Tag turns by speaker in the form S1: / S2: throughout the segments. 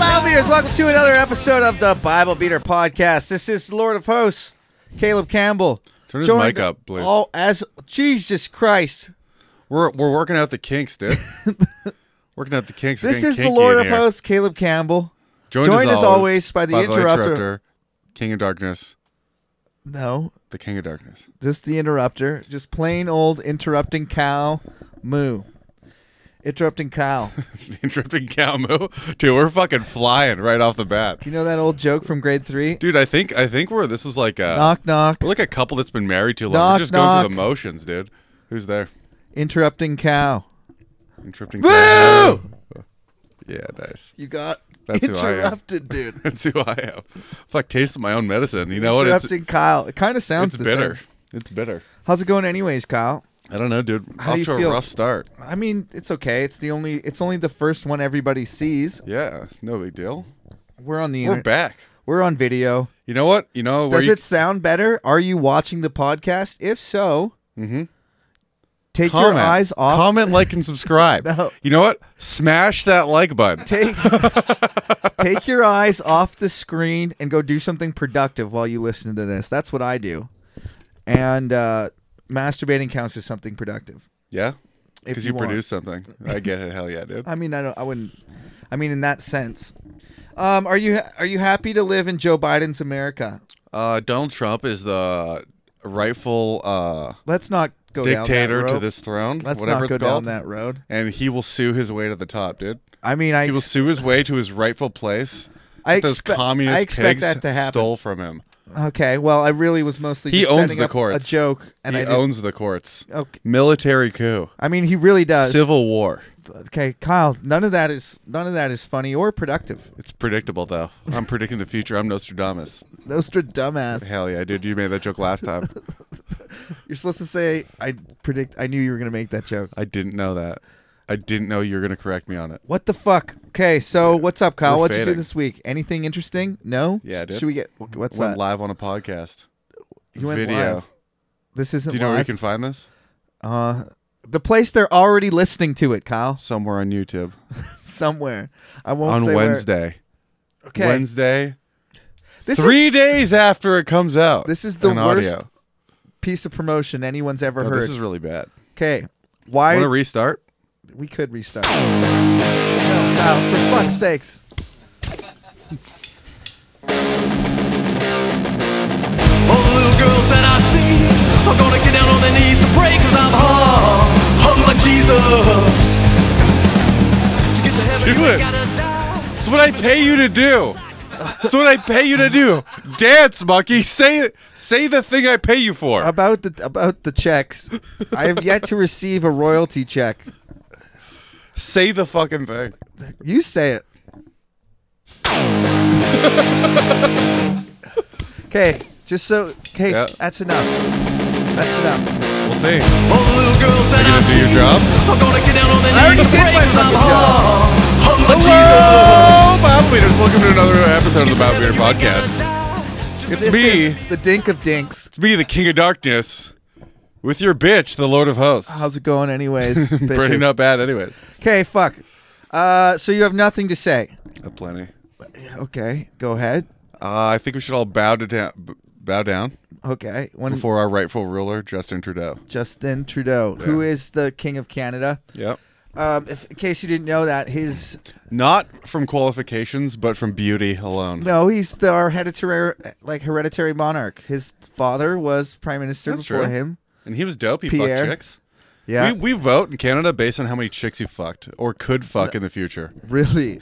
S1: Welcome to another episode of the Bible Beater Podcast. This is Lord of Hosts, Caleb Campbell.
S2: Turn his
S1: Joined
S2: mic up, please.
S1: All as Jesus Christ.
S2: We're we're working out the kinks, dude. working out the kinks. We're
S1: This
S2: getting
S1: is the
S2: kinky
S1: Lord
S2: in
S1: of
S2: here.
S1: Hosts, Caleb Campbell.
S2: Joined,
S1: Joined as always by the Interrupter.
S2: King of Darkness,
S1: No,
S2: the King of Darkness.
S1: just the interrupter, just plain old interrupting cow, moo, interrupting cow.
S2: the interrupting cow moo. Dude, we're fucking flying right off the bat,
S1: You know that old joke from grade three?
S2: dude. uh, I think I think we're this is like a
S1: knock knock,
S2: we're like a couple that's been married too long.
S1: Knock,
S2: we're just going through the
S1: knock.
S2: motions, dude. Who's there?
S1: interrupting cow.
S2: Interrupting cow.
S1: Moo!
S2: moo. Yeah, nice.
S1: You got
S2: That's who I am.
S1: interrupted, dude.
S2: That's who I am. Fuck, tasted my own medicine. You know what? It's
S1: interrupting Kyle. It kind of sounds
S2: it's
S1: the same.
S2: bitter. It's bitter.
S1: How's it going, anyways, Kyle?
S2: I don't know, dude.
S1: How
S2: Off
S1: do you
S2: to a
S1: feel?
S2: rough start.
S1: I mean, it's okay. It's the only. It's only the first one everybody sees.
S2: Yeah, no big deal.
S1: We're on the.
S2: We're
S1: internet.
S2: back.
S1: We're on video.
S2: You know what? You know where
S1: Does
S2: you,
S1: it sound better? Are you watching the podcast? If so,
S2: Mhm.
S1: take your eyes off.
S2: Comment, like, and subscribe.
S1: No.
S2: You know what? Smash that like button.
S1: Take take your eyes off the screen and go do something productive while you listen to this. That's what I do. And uh, masturbating counts as something productive.
S2: yeah,
S1: If
S2: because you,
S1: want.
S2: produce something. I get it. Hell yeah, dude.
S1: I mean, I don't. I wouldn't. I mean, in that sense, um, are you are you happy to live in Joe Biden's America?
S2: Uh, Donald Trump is the rightful uh,
S1: Let's not go down
S2: dictator
S1: that road.
S2: to this throne.
S1: Let's
S2: whatever
S1: not go
S2: it's called.
S1: down that road.
S2: And he will sue his way to the top, dude.
S1: I mean, I
S2: He will
S1: ex-
S2: sue his way to his rightful place.
S1: I
S2: that those
S1: expect-
S2: communist
S1: I expect
S2: pigs
S1: that to happen.
S2: stole from him.
S1: okay. Well, I really was mostly
S2: He
S1: just
S2: owns
S1: setting
S2: the
S1: up a
S2: courts.
S1: joke, and
S2: he
S1: I didn't-
S2: owns the courts.
S1: okay.
S2: Military coup.
S1: I mean, he really does.
S2: Civil war.
S1: Okay, Kyle. None of that is none of that is funny or productive.
S2: It's predictable though. I'm predicting the future. I'm Nostradamus.
S1: Nostra dumbass.
S2: Hell yeah, dude! You made that joke last time.
S1: You're supposed to say I predict. I knew you were gonna make that joke.
S2: I didn't know that. I didn't know you were gonna correct me on it.
S1: What the fuck? Okay, so what's up, Kyle?
S2: We're
S1: What'd you do
S2: fading.
S1: this week? Anything interesting? No.
S2: Yeah, dude.
S1: Should we get wh- what's
S2: Went
S1: that?
S2: live on a podcast.
S1: You went
S2: Video.
S1: live. This isn't
S2: Do you know where you
S1: live.
S2: can find this?
S1: uh, the place they're already listening to it, Kyle.
S2: Somewhere on YouTube
S1: Somewhere. I won't
S2: on
S1: say where.
S2: Wednesday.
S1: Okay.
S2: Wednesday.
S1: This is
S2: three days after it comes out.
S1: This is the
S2: in
S1: worst
S2: audio.
S1: piece of promotion anyone's ever
S2: No,
S1: heard.
S2: this is really bad.
S1: okay. Why
S2: Want to restart?
S1: we could restart. No, Kyle, for fuck's sakes.
S3: All the little girls that I see are gonna get down on their knees to pray i I'm hung, hung like Jesus. To get to heaven,
S2: Do
S3: you ain't
S2: it.
S3: gotta die.
S2: It's what I pay you to do. It's what I pay you to do. Dance, monkey. Say say the thing I pay you for.
S1: About the about the checks. I have yet to receive a royalty check.
S2: Say the fucking thing.
S1: You say it. Okay, just so okay,
S2: Yeah.
S1: that's enough. That's enough.
S2: We'll see.
S3: All the little girls that I
S2: gonna do
S3: see
S2: your job?
S3: are gonna get down on their
S1: I
S3: knees to
S1: already
S3: pray i
S1: did my
S3: I'm
S1: fucking job.
S3: hung, hung like Jesus.
S2: Hello, Bob Leaders. Welcome to another episode of the Bob Leader Podcast.
S3: Podcast.
S2: It's me.
S1: is the Dink of Dinks.
S2: It's me, the King of Darkness, with your bitch, the Lord of Hosts.
S1: How's it going, anyways?
S2: Pretty not bad, anyways.
S1: Okay, fuck. Uh, so you have nothing to say.
S2: Uh, plenty.
S1: Okay, go ahead.
S2: Uh, I think we should all bow to down, b- bow down
S1: Okay, one
S2: before our rightful ruler, Justin Trudeau.
S1: Justin Trudeau, who is the king of Canada.
S2: Yep.
S1: Um, if, in case you didn't know that, his
S2: Not from qualifications, but from beauty alone.
S1: no, he's the our hereditary like hereditary monarch. His father was prime minister
S2: That's
S1: before
S2: true.
S1: him.
S2: And he was dope. He
S1: Pierre.
S2: fucked chicks.
S1: Yeah,
S2: We, we vote in Canada based on how many chicks you fucked or could fuck in the future.
S1: Really?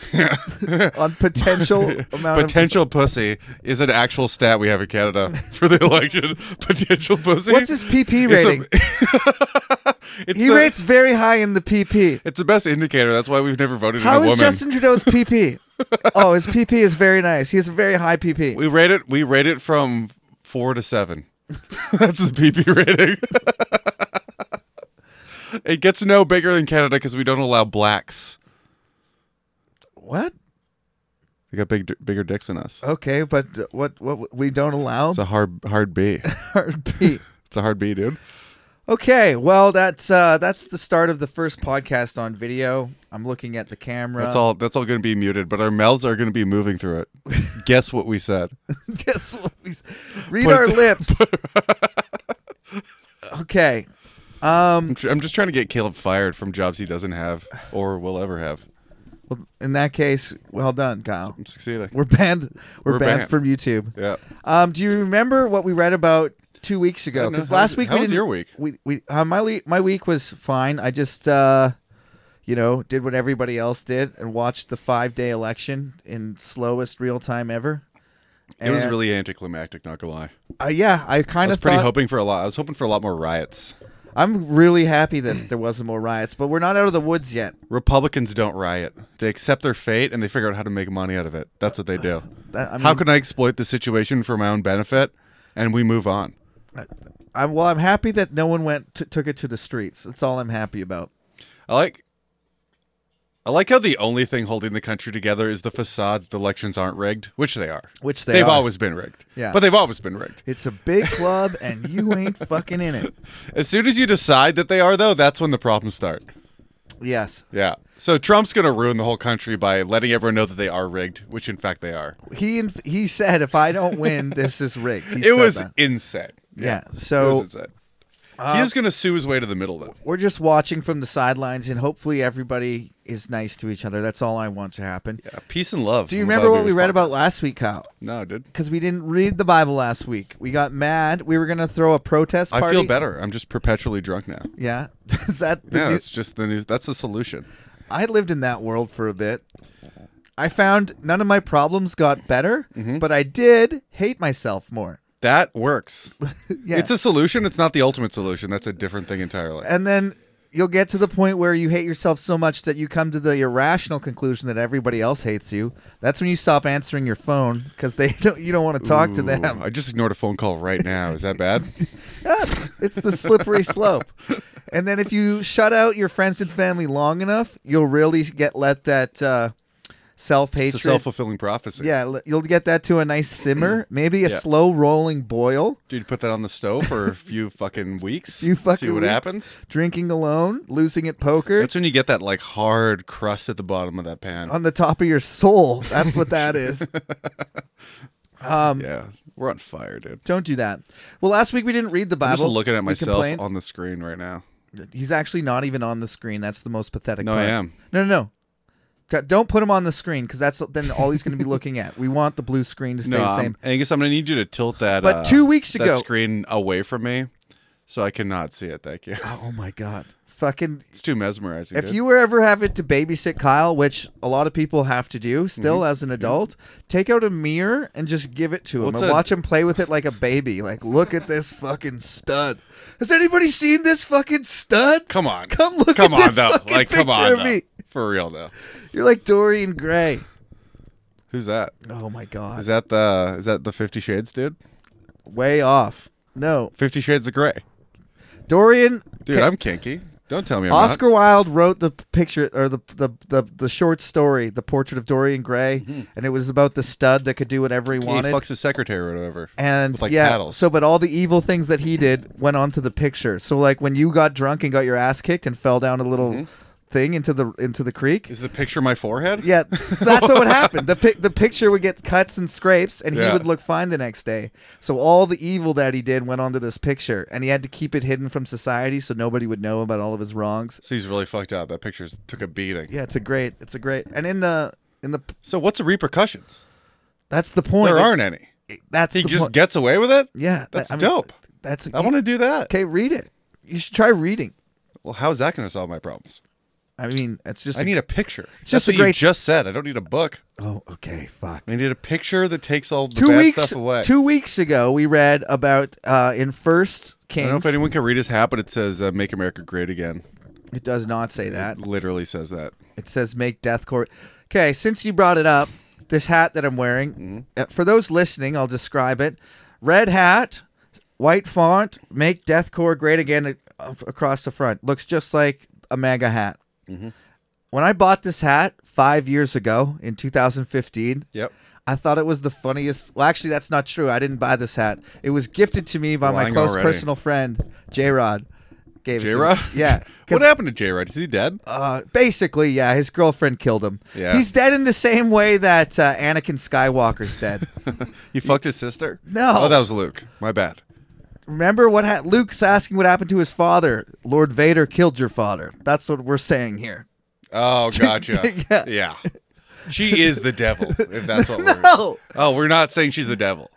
S1: On potential amount
S2: Potential pussy is an actual stat we have in Canada for the election. Potential pussy.
S1: of. What's his PP
S2: It's a-
S1: rating?
S2: It's
S1: he
S2: the,
S1: rates very high in the PP.
S2: It's the best indicator. That's why we've never voted in a
S1: How is
S2: woman.
S1: Justin Trudeau's PP? oh, his PP is very nice. He has a very high PP.
S2: we rate it. We rate it from four to seven. That's the PP rating. it gets no bigger than Canada because we don't allow blacks.
S1: What?
S2: They got big, bigger dicks than us.
S1: Okay, but uh, what what we don't allow
S2: It's a hard, hard B.
S1: hard P.
S2: It's a hard B, dude.
S1: Okay, well that's uh that's the start of the first podcast on video. I'm looking at the camera.
S2: That's all. That's all going to be muted, but our mouths are going to be moving through it. Guess what we said?
S1: Guess what we s- read our lips. okay.
S2: I'm, tr- I'm just trying to get Caleb fired from jobs he doesn't have or will ever have.
S1: Well, in that case, well done, Kyle.
S2: I'm succeeding.
S1: We're banned. We're,
S2: We're
S1: banned,
S2: banned.
S1: from YouTube.
S2: yeah.
S1: Um, do you remember what we read about two weeks ago?
S2: don't know.
S1: Because
S2: How
S1: last
S2: was-
S1: week
S2: how
S1: we
S2: was
S1: didn't-
S2: your week?
S1: We we uh, my le- my week was fine. I just uh, you know, did what everybody else did and watched the five day election in slowest real time ever.
S2: It was
S1: And-
S2: really anticlimactic, not gonna lie.
S1: uh, yeah. I
S2: I
S1: kind
S2: was
S1: of
S2: pretty
S1: thought,
S2: hoping for a lot. I was hoping for a lot more riots.
S1: I'm really happy that there wasn't more riots, but we're not out of the woods yet.
S2: Republicans don't riot. They accept their fate and they figure out how to make money out of it. That's what they do.
S1: That- I
S2: how
S1: mean-
S2: can I exploit the situation for my own benefit? And we move on.
S1: I'm well. I'm happy that no one went t- took it to the streets. That's all I'm happy about.
S2: I like I like how the only thing holding the country together is the facade that the elections aren't rigged, which they are.
S1: Which they
S2: have
S1: are.
S2: always been rigged.
S1: Yeah.
S2: But they've always been rigged.
S1: It's a big club, and you ain't fucking in it.
S2: As soon as you decide that they are though, that's when the problems start.
S1: Yes,
S2: Yeah. So Trump's going to ruin the whole country by letting everyone know that they are rigged, which in fact they are.
S1: he inf- he said if I don't win, this is rigged. He
S2: it
S1: said
S2: was
S1: that.
S2: insane.
S1: yeah.
S2: It was
S1: So
S2: insane. he is going to sue his way to the middle though.
S1: we're just watching from the sidelines, and hopefully everybody is nice to each other. That's all I want to happen.
S2: Yeah, peace and love.
S1: Do you
S2: I'm
S1: remember
S2: glad
S1: what we
S2: was
S1: read about
S2: podcasting.
S1: last week, Kyle?
S2: No, dude.
S1: Because we didn't read the Bible last week. We got mad. We were gonna throw a protest party.
S2: I feel better. I'm just perpetually drunk now.
S1: Yeah, is that the
S2: Yeah,
S1: new-
S2: it's just the news. That's the solution.
S1: I lived in that world for a bit. I found none of my problems got better,
S2: Mm-hmm.
S1: but I did hate myself more.
S2: That works.
S1: Yeah.
S2: It's a solution. It's not the ultimate solution. That's a different thing entirely.
S1: and then you'll get to the point where you hate yourself so much that you come to the irrational conclusion that everybody else hates you. That's when you stop answering your phone because they don't, you don't want to talk to
S2: Ooh,
S1: them.
S2: I just ignored a phone call right now. Is that bad?
S1: Yes, it's the slippery slope. And then if you shut out your friends and family long enough, you'll really get let that uh, self
S2: It's a
S1: hatred.
S2: self fulfilling prophecy.
S1: Yeah, l- you'll get that to a nice simmer, maybe a
S2: Yeah.
S1: slow rolling boil.
S2: Dude, you put that on the stove for a few fucking weeks.
S1: You fucking
S2: see what
S1: weeks,
S2: happens.
S1: Drinking alone, losing at poker
S2: That's when you get that like hard crust at the bottom of that pan.
S1: on the top of your soul. That's what that is. Um,
S2: yeah, we're on fire, dude.
S1: Don't do that. Well, last week we didn't read the Bible.
S2: I'm just looking at
S1: We
S2: myself
S1: complained.
S2: on the screen right now.
S1: He's actually not even on the screen. That's the most pathetic.
S2: No, I
S1: part.
S2: am.
S1: No, no, no. Go- Don't put him on the screen because that's then all he's going to be looking at. We want the blue screen to stay
S2: No,
S1: the
S2: I'm-
S1: same.
S2: Angus, I'm gonna need you to tilt that.
S1: But
S2: uh,
S1: two weeks
S2: that
S1: ago-
S2: screen away from me, so I cannot see it. Thank you.
S1: Oh my god, fucking
S2: It's too mesmerizing.
S1: If
S2: dude.
S1: you were ever having to babysit Kyle, which a lot of people have to do still
S2: Mm-hmm.
S1: as an adult, take out a mirror and just give it to him
S2: What's
S1: and
S2: a-
S1: watch him play with it like a baby. Like, look at this fucking stud. Has anybody seen this fucking stud?
S2: come on,
S1: Come look
S2: come
S1: at
S2: on
S1: this
S2: though,
S1: fucking
S2: like come
S1: picture
S2: on
S1: of
S2: though.
S1: me.
S2: for real though.
S1: You're like Dorian Gray.
S2: Who's that?
S1: Oh my god.
S2: Is that the is that the Fifty Shades dude?
S1: Way off. No.
S2: Fifty Shades of Grey,
S1: Dorian
S2: dude.
S1: Okay.
S2: I'm kinky. Don't tell me I'm
S1: Oscar Wilde wrote the picture or the, the the the short story, The Portrait of Dorian Gray, and it was about the stud that could do whatever he
S2: Not.
S1: wanted.
S2: Mm-hmm. He fucks his secretary or whatever.
S1: and
S2: with like
S1: yeah,
S2: paddles.
S1: so but all the evil things that he did went onto the picture. So like when you got drunk and got your ass kicked and fell down a little
S2: Mm-hmm.
S1: thing into the into the creek.
S2: is the picture my forehead?
S1: yeah, that's what would happen. The pic- the picture would get cuts and scrapes, and he
S2: Yeah.
S1: would look fine the next day. So all the evil that he did went onto this picture, and he had to keep it hidden from society so nobody would know about all of his wrongs.
S2: So he's really fucked up. That picture took a beating.
S1: Yeah, it's a great, it's a great, and in the in the
S2: So what's the repercussions?
S1: that's the point.
S2: There aren't any.
S1: That's
S2: He
S1: the
S2: just
S1: point.
S2: gets away with it.
S1: yeah,
S2: that's
S1: I mean,
S2: dope.
S1: That's e-,
S2: I want to do that.
S1: okay. Read it. You should try reading.
S2: Well, how's that going to solve my problems?
S1: I mean, it's just.
S2: I need a picture. It's
S1: just
S2: just
S1: a
S2: what you
S1: great-
S2: just said. I don't need a book.
S1: oh, okay. Fuck.
S2: I need a picture that takes all the
S1: Two
S2: bad
S1: weeks.
S2: stuff away.
S1: Two weeks ago, we read about uh, in First
S2: I don't know
S1: Kings.
S2: if anyone can read his hat, but it says uh, "Make America Great Again."
S1: it does not say that.
S2: It literally says that.
S1: It says make death court. Okay, since you brought it up, this hat that I'm wearing. uh, For those listening, I'll describe it. Red hat, white font. Make deathcore great again a- a- across the front. Looks just like a mega hat. When I bought this hat five years ago in 2015,
S2: Yep.
S1: I thought it was the funniest. Well, actually, that's not true. I didn't buy this hat. It was gifted to me by my
S2: Lying
S1: close
S2: already.
S1: personal friend, J Rod. gave it
S2: J
S1: to
S2: Rod?
S1: me. Yeah. 'cause,
S2: what happened to J Rod? Is he dead?
S1: uh, basically, yeah, his girlfriend killed him.
S2: Yeah.
S1: He's dead in the same way that uh, Anakin Skywalker's dead.
S2: He fucked his sister?
S1: No.
S2: Oh, that was Luke. My bad.
S1: Remember what ha- Luke's asking what happened to his father? Lord Vader killed your father. That's what we're saying here.
S2: Oh, gotcha.
S1: Yeah.
S2: She is the devil, if that's what we're.
S1: No.
S2: Oh, we're not saying she's the devil.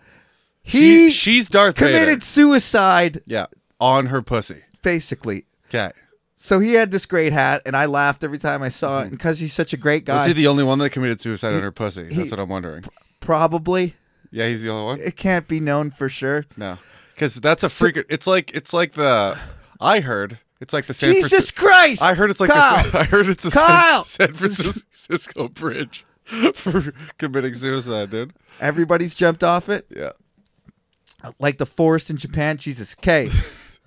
S1: He
S2: she's Darth
S1: committed
S2: Vader.
S1: suicide,
S2: Yeah. On her pussy.
S1: basically.
S2: Okay.
S1: So he had this great hat, and I laughed every time I saw it. And because he's such a great
S2: Mm-hmm. Was
S1: guy,
S2: he the only one that committed suicide on her pussy? That's
S1: he-
S2: what I'm wondering.
S1: probably
S2: Yeah, he's the only one.
S1: it can't be known for sure.
S2: No, because that's a freak. It's like it's like the I heard it's like the San
S1: Jesus
S2: Francisco.
S1: Christ!
S2: I heard it's like
S1: Kyle,
S2: the, I heard it's the
S1: Kyle!
S2: San, San Francisco Bridge for committing suicide, dude.
S1: everybody's jumped off it
S2: Yeah,
S1: like the forest in Japan. Jesus, K.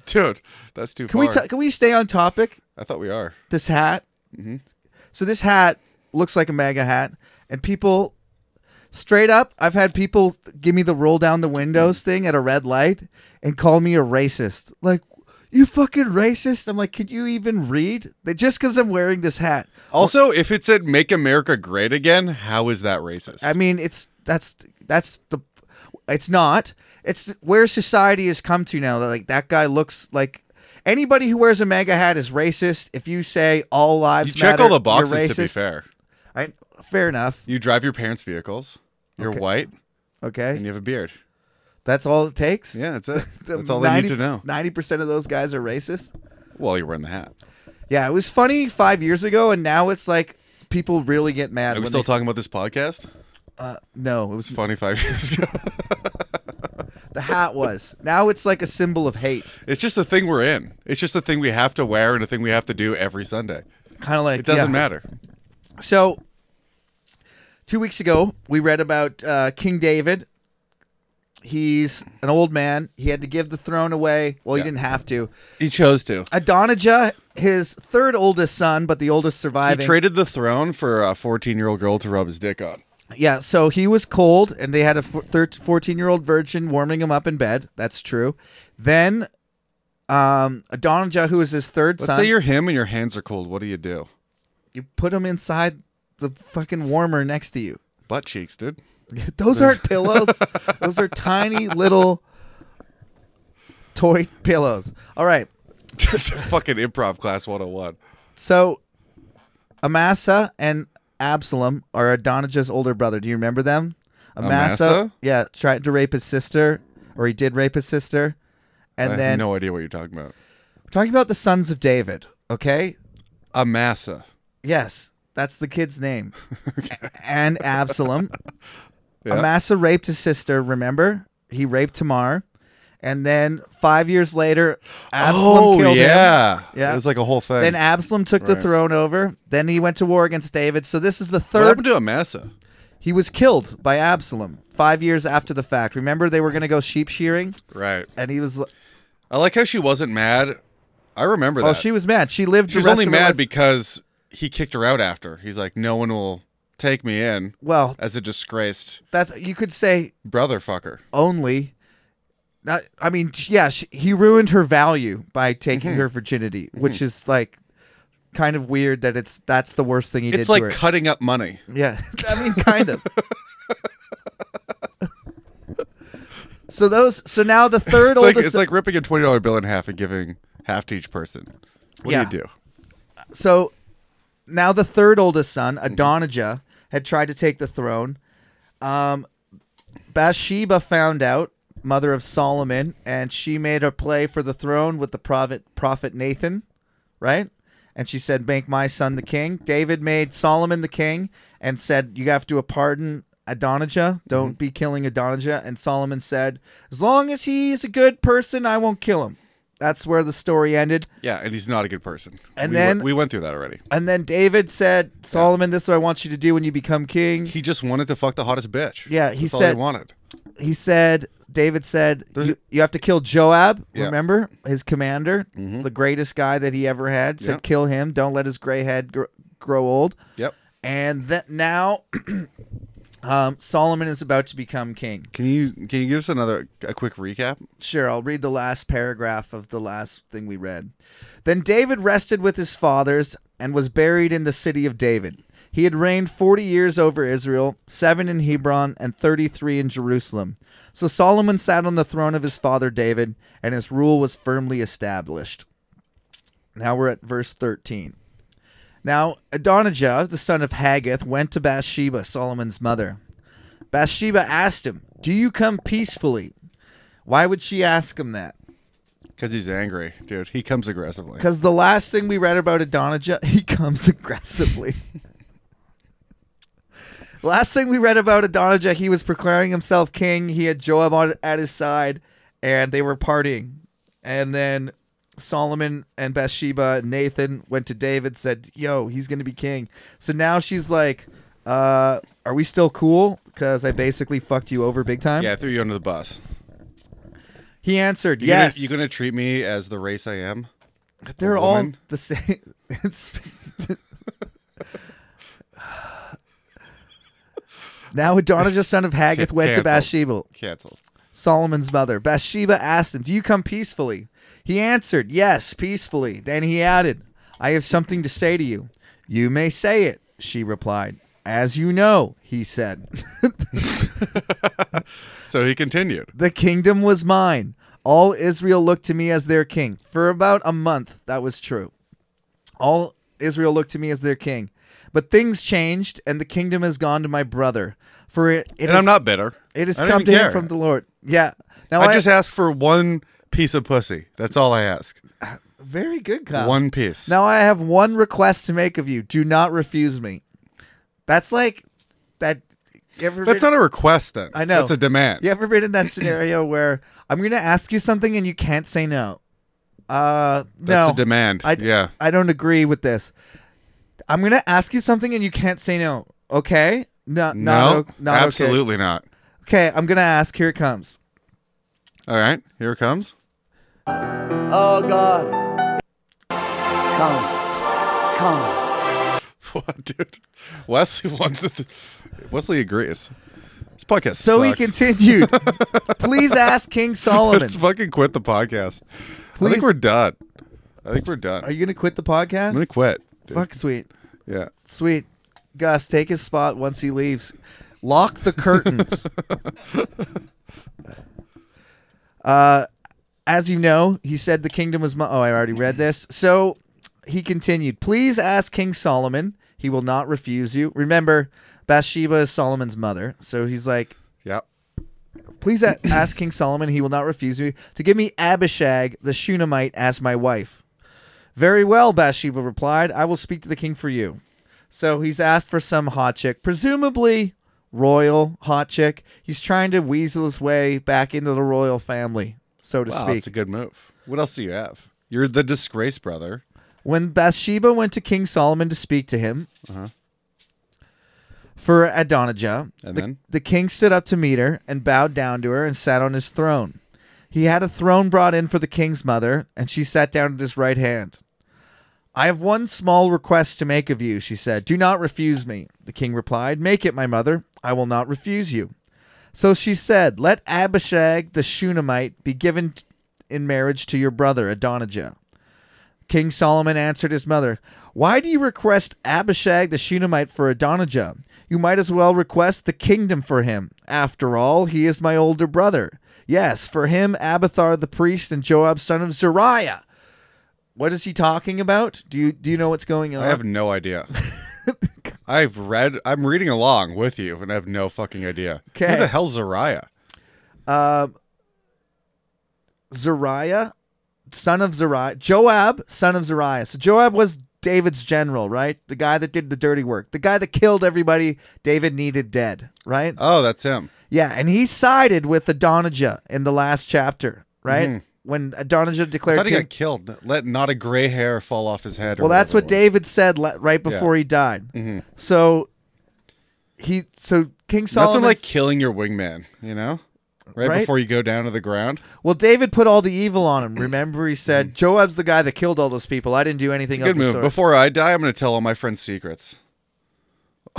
S2: dude, that's too
S1: Can
S2: far.
S1: we t- can we stay on topic?
S2: I thought we are.
S1: this hat. So this hat looks like a MAGA hat, and people straight up, I've had people give me the roll down the windows thing at a red light and call me a racist. Like, you fucking racist. I'm like, could you even read? They, just because I'm wearing this hat.
S2: Also, if it said "Make America Great Again," how is that racist?
S1: I mean, it's that's that's the it's not. It's where society has come to now. Like that guy looks like anybody who wears a MAGA hat is racist. If you say all lives
S2: you check
S1: matter,
S2: all the
S1: you're
S2: boxes to be
S1: racist.
S2: fair.
S1: I, fair enough.
S2: You drive your parents' vehicles. You're
S1: Okay.
S2: white and
S1: Okay,
S2: you have a beard.
S1: that's all it takes.
S2: Yeah, that's it.
S1: The
S2: That's all they need to know.
S1: Ninety percent of those guys are racist.
S2: Well, you're wearing the hat.
S1: Yeah, it was funny five years ago, and now it's like people really get mad.
S2: Are we
S1: when
S2: still
S1: they s-
S2: talking about this podcast?
S1: No, it was
S2: Funny five years ago.
S1: the hat was. Now it's like a symbol of hate.
S2: It's just a thing we're in. It's just a thing we have to wear and a thing we have to do every Sunday.
S1: Kind of like
S2: It doesn't
S1: yeah.
S2: matter.
S1: So, two weeks ago, we read about uh, King David. He's an old man. He had to give the throne away. Well, he
S2: Yeah.
S1: didn't have to.
S2: He chose to.
S1: Adonijah, his third oldest son, but the oldest
S2: He
S1: surviving.
S2: traded the throne for a 14 year old girl to rub his dick on.
S1: Yeah, so he was cold, and they had a 14 year old virgin warming him up in bed. That's true. Then, um, Adonijah, who is his third
S2: Let's
S1: son,
S2: say you're him and your hands are cold. What do you do?
S1: you put him inside the fucking warmer next to you.
S2: Butt cheeks, dude.
S1: Those aren't pillows. Those are tiny little toy pillows. All right.
S2: Fucking improv class 101.
S1: So, Amasa and Absalom are Adonijah's older brother. Do you remember them?
S2: Amasa?
S1: yeah, tried to rape his sister, or he did rape his sister, and
S2: I
S1: then
S2: have Uh, no idea what you're talking about.
S1: talking about the sons of David. Okay,
S2: Amasa.
S1: yes, that's the kid's name, A- and Absalom.
S2: Yeah.
S1: Amasa raped his sister. Remember, he raped Tamar, and then five years later, Absalom
S2: oh,
S1: killed him.
S2: yeah.
S1: Yeah.
S2: It was like a whole thing.
S1: Then Absalom took the
S2: Right.
S1: throne over. Then he went to war against David. So this is the
S2: what
S1: third
S2: happened to Amasa?
S1: He was killed by Absalom five years after the fact. Remember, they were going to go sheep shearing,
S2: Right.
S1: and he was. oh, l-
S2: I like how she wasn't mad. I remember
S1: Oh,
S2: that.
S1: she was mad. She lived.
S2: She
S1: the
S2: was
S1: rest
S2: only
S1: of her
S2: mad
S1: life-
S2: because he kicked her out after. He's like, no one will take me in
S1: well,
S2: as a disgraced
S1: that's you could say
S2: brother fucker.
S1: only. Not, I mean, sh- yeah, she, he ruined her value by taking
S2: Mm-hmm.
S1: her virginity, which is like kind of weird that it's that's the worst thing he did
S2: It's like
S1: to her.
S2: cutting up money.
S1: Yeah, I mean, kind of. so those, so now the third
S2: It's like,
S1: oldest.
S2: it's like ripping a twenty dollar bill in half and giving half to each person. What
S1: Yeah.
S2: do you do?
S1: So now the third oldest son, Adonijah, had tried to take the throne. Um, Bathsheba found out, mother of Solomon, and she made a play for the throne with the prophet, prophet Nathan, right? And she said, Make my son the king. David made Solomon the king and said, You have to a pardon Adonijah. Don't be killing Adonijah. And Solomon said, As long as he's a good person, I won't kill him. That's where the story ended.
S2: Yeah, and he's not a good person.
S1: And
S2: We went-
S1: then-
S2: we went through that already.
S1: And then David said, Solomon, this is what I want you to do when you become king.
S2: He just wanted to fuck the hottest bitch.
S1: Yeah, he
S2: That's all
S1: said-
S2: he wanted.
S1: He said, David said,
S2: There's-
S1: you, you have to kill Joab,
S2: Yeah. Mm-hmm.
S1: remember? His commander, the greatest guy that he ever had, said,
S2: Yeah.
S1: kill him. Don't let his gray head gr- grow old.
S2: Yep.
S1: And that now Um, Solomon is about to become king.
S2: Can you can you give us another a quick recap?
S1: Sure, I'll read the last paragraph of the last thing we read. Then David rested with his fathers and was buried in the city of David. He had reigned 40 years over Israel, 7 in Hebron, and 33 in Jerusalem. So Solomon sat on the throne of his father David, and his rule was firmly established. Now we're at verse 13. Now Adonijah, the son of Haggith, went to Bathsheba, Solomon's mother. Bathsheba asked him, Do you come peacefully? Why would she ask him that?
S2: Because he's angry, dude. He comes aggressively.
S1: Because the last thing we read about Adonijah, he comes aggressively. last thing we read about Adonijah, he was declaring himself king. He had Joab on, at his side, and they were partying. And then Solomon and Bathsheba, and Nathan went to David, said, "Yo, he's gonna be king." So now she's like, uh, "Are we still cool? Because I basically fucked you over big time."
S2: Yeah, I threw you under the bus.
S1: He answered,
S2: You
S1: "Yes."
S2: Gonna, you gonna treat me as the race I am?
S1: They're
S2: a
S1: all
S2: woman?
S1: the same. It's now Adonijah, son of Haggith, went to
S2: Cancel.
S1: Bathsheba,
S2: Cancel.
S1: Solomon's mother. Bathsheba asked him, "Do you come peacefully?" He answered, "Yes, peacefully." Then he added, "I have something to say to you." "You may say it," she replied. "As you know," he said.
S2: So he continued.
S1: The kingdom was mine. All Israel looked to me as their king. For about a month, that was true. All Israel looked to me as their king. But things changed, and the kingdom has gone to my brother. For it, it
S2: And I'm
S1: has,
S2: not bitter.
S1: it has
S2: I don't
S1: come to
S2: even
S1: him
S2: care.
S1: from the Lord. Yeah. Now I,
S2: I just ask for one piece of pussy. That's all I ask.
S1: very good, Kyle.
S2: One piece.
S1: Now I have one request to make of you. Do not refuse me. That's like that. you ever
S2: That's
S1: been-
S2: not a request then.
S1: I know.
S2: That's a demand.
S1: You ever been in that scenario where I'm going to ask you something and you can't say no? Uh,
S2: That's
S1: no.
S2: a demand.
S1: I,
S2: yeah.
S1: I don't agree with this. I'm gonna ask you something and you can't say no. Okay? No, not,
S2: no.
S1: o- not okay.
S2: absolutely not.
S1: Okay, I'm gonna ask. Here it comes.
S2: All right. Here it comes.
S4: Oh God. Come. Come.
S2: What, dude? Wesley wants to. Th- Wesley agrees. This podcast
S1: So
S2: sucks.
S1: he continued. Please ask King Solomon.
S2: Let's fucking quit the podcast. I
S1: Please-
S2: think we're done. I think we're done.
S1: Are you gonna quit the podcast?
S2: I'm gonna quit. dude.
S1: Fuck sweet,
S2: Yeah.
S1: sweet. Gus, take his spot once he leaves. Lock the curtains. uh, as you know, he said the kingdom was. Mo- oh, I already read this. So he continued, "Please ask King Solomon. He will not refuse you. Remember, Bathsheba is Solomon's mother. So he's like,
S2: Yeah.
S1: please a- ask King Solomon. He will not refuse me to give me Abishag the Shunammite as my wife." Very well, Bathsheba replied. I will speak to the king for you. So he's asked for some hot chick, presumably royal hot chick. He's trying to weasel his way back into the royal family, so to
S2: Wow,
S1: speak.
S2: that's a good move. What else do you have? You're the disgrace brother.
S1: when Bathsheba went to King Solomon to speak to him
S2: Uh-huh.
S1: for Adonijah,
S2: And
S1: the,
S2: then?
S1: the king stood up to meet her and bowed down to her and sat on his throne. He had a throne brought in for the king's mother, and she sat down at his right hand. I have one small request to make of you, she said. Do not refuse me. The king replied, Make it, my mother. I will not refuse you. So she said, Let Abishag the Shunammite be given t- in marriage to your brother, Adonijah. King Solomon answered his mother, Why do you request Abishag the Shunammite for Adonijah? You might as well request the kingdom for him. After all, he is my older brother. Yes, for him, Abathar the priest and Joab son of Zariah. What is he talking about? Do you do you know what's going on?
S2: I have no idea. I've read. I'm reading along with you, and I have no fucking idea.
S1: Okay.
S2: Who the hell's Zariah?
S1: Zariah, son of Zariah, Joab, son of Zariah. So Joab was David's general, right? The guy that did the dirty work, the guy that killed everybody David needed dead, right?
S2: Oh, that's him.
S1: Yeah, and he sided with Adonijah in the last chapter, right? When Adonijah
S2: I
S1: declared
S2: Mm-hmm. thought he
S1: king-
S2: got killed. Let not a gray hair fall off his head. or
S1: Well, that's what
S2: whatever it
S1: David said le- right before he died. So he, so King
S2: was. Mm-hmm. Nothing
S1: Solomon,
S2: like killing your wingman. You know, right,
S1: Right?
S2: before you go down to the ground.
S1: well, David put all the evil on him. Remember, he said, "Joab's the guy that killed all those people. I didn't do anything."
S2: Mm-hmm.
S1: of
S2: Good
S1: the
S2: move.
S1: sort."
S2: Before I die, I'm gonna tell all my friends secrets.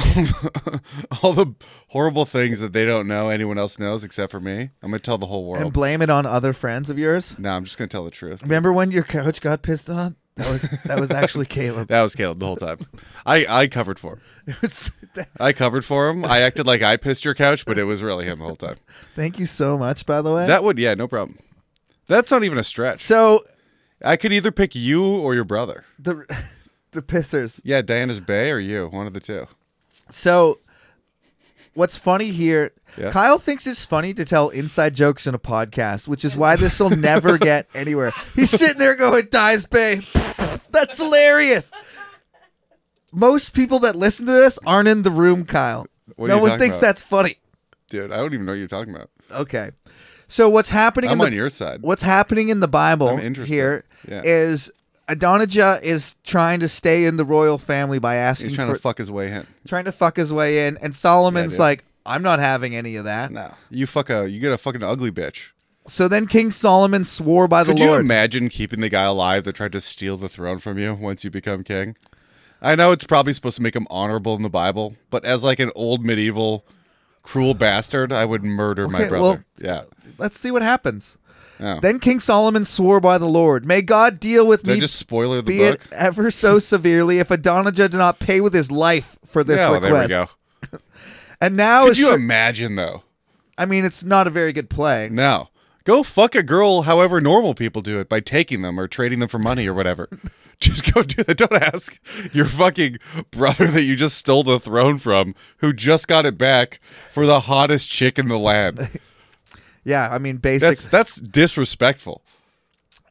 S2: all the horrible things that they don't know anyone else knows except for me. I'm gonna tell the whole world.
S1: and blame it on other friends of yours.
S2: no, I'm just gonna tell the truth.
S1: Remember when your couch got pissed on? That was that was actually Caleb.
S2: That was Caleb the whole time. I I covered for him.
S1: It was-
S2: I covered for him. I acted like I pissed your couch, but it was really him the whole time.
S1: thank you so much, by the way.
S2: That would yeah, no problem. That's not even a stretch.
S1: so
S2: I could either pick you or your brother.
S1: the the pissers.
S2: Yeah, Diana's Bay or you, one of the two.
S1: So what's funny here?
S2: Yeah.
S1: Kyle thinks it's funny to tell inside jokes in a podcast, which is why this will never get anywhere. He's sitting there going, "Dies Bay, that's hilarious." Most people that listen to this aren't in the room, Kyle.
S2: What are
S1: no
S2: you
S1: one
S2: talking
S1: thinks
S2: about?
S1: that's funny.
S2: Dude, I don't even know what you're talking about.
S1: Okay. So what's happening?
S2: I'm
S1: in the,
S2: on your side.
S1: What's happening in the Bible
S2: I'm interested.
S1: here is
S2: Yeah.
S1: Adonijah is trying to stay in the royal family by asking
S2: He's trying
S1: for
S2: to fuck his way in.
S1: trying to fuck his way in, and Solomon's
S2: dude.
S1: like, "I'm not having any of that."
S2: No. You fuck a you get a fucking ugly bitch.
S1: So then King Solomon swore by
S2: Could
S1: the
S2: you
S1: Lord.
S2: imagine keeping the guy alive that tried to steal the throne from you once you become king? I know it's probably supposed to make him honorable in the Bible, but as like an old medieval cruel bastard, I would murder my
S1: Okay,
S2: brother. yeah.
S1: Let's see what happens.
S2: Oh.
S1: Then King Solomon swore by the Lord, "May God deal with
S2: Did
S1: me,
S2: I just spoiler the
S1: be
S2: book?
S1: it ever so severely, if Adonijah did not pay with his life for this
S2: yeah, well,
S1: request." Oh,
S2: there we go.
S1: And now,
S2: Could
S1: is
S2: you
S1: Sha-
S2: imagine though?
S1: I mean, it's not a very good play.
S2: No. Go fuck a girl however normal people do it by taking them or trading them for money or whatever. just go do that. Don't ask your fucking brother that you just stole the throne from, who just got it back for the hottest chick in the land.
S1: Yeah, I mean, basic.
S2: That's that's disrespectful.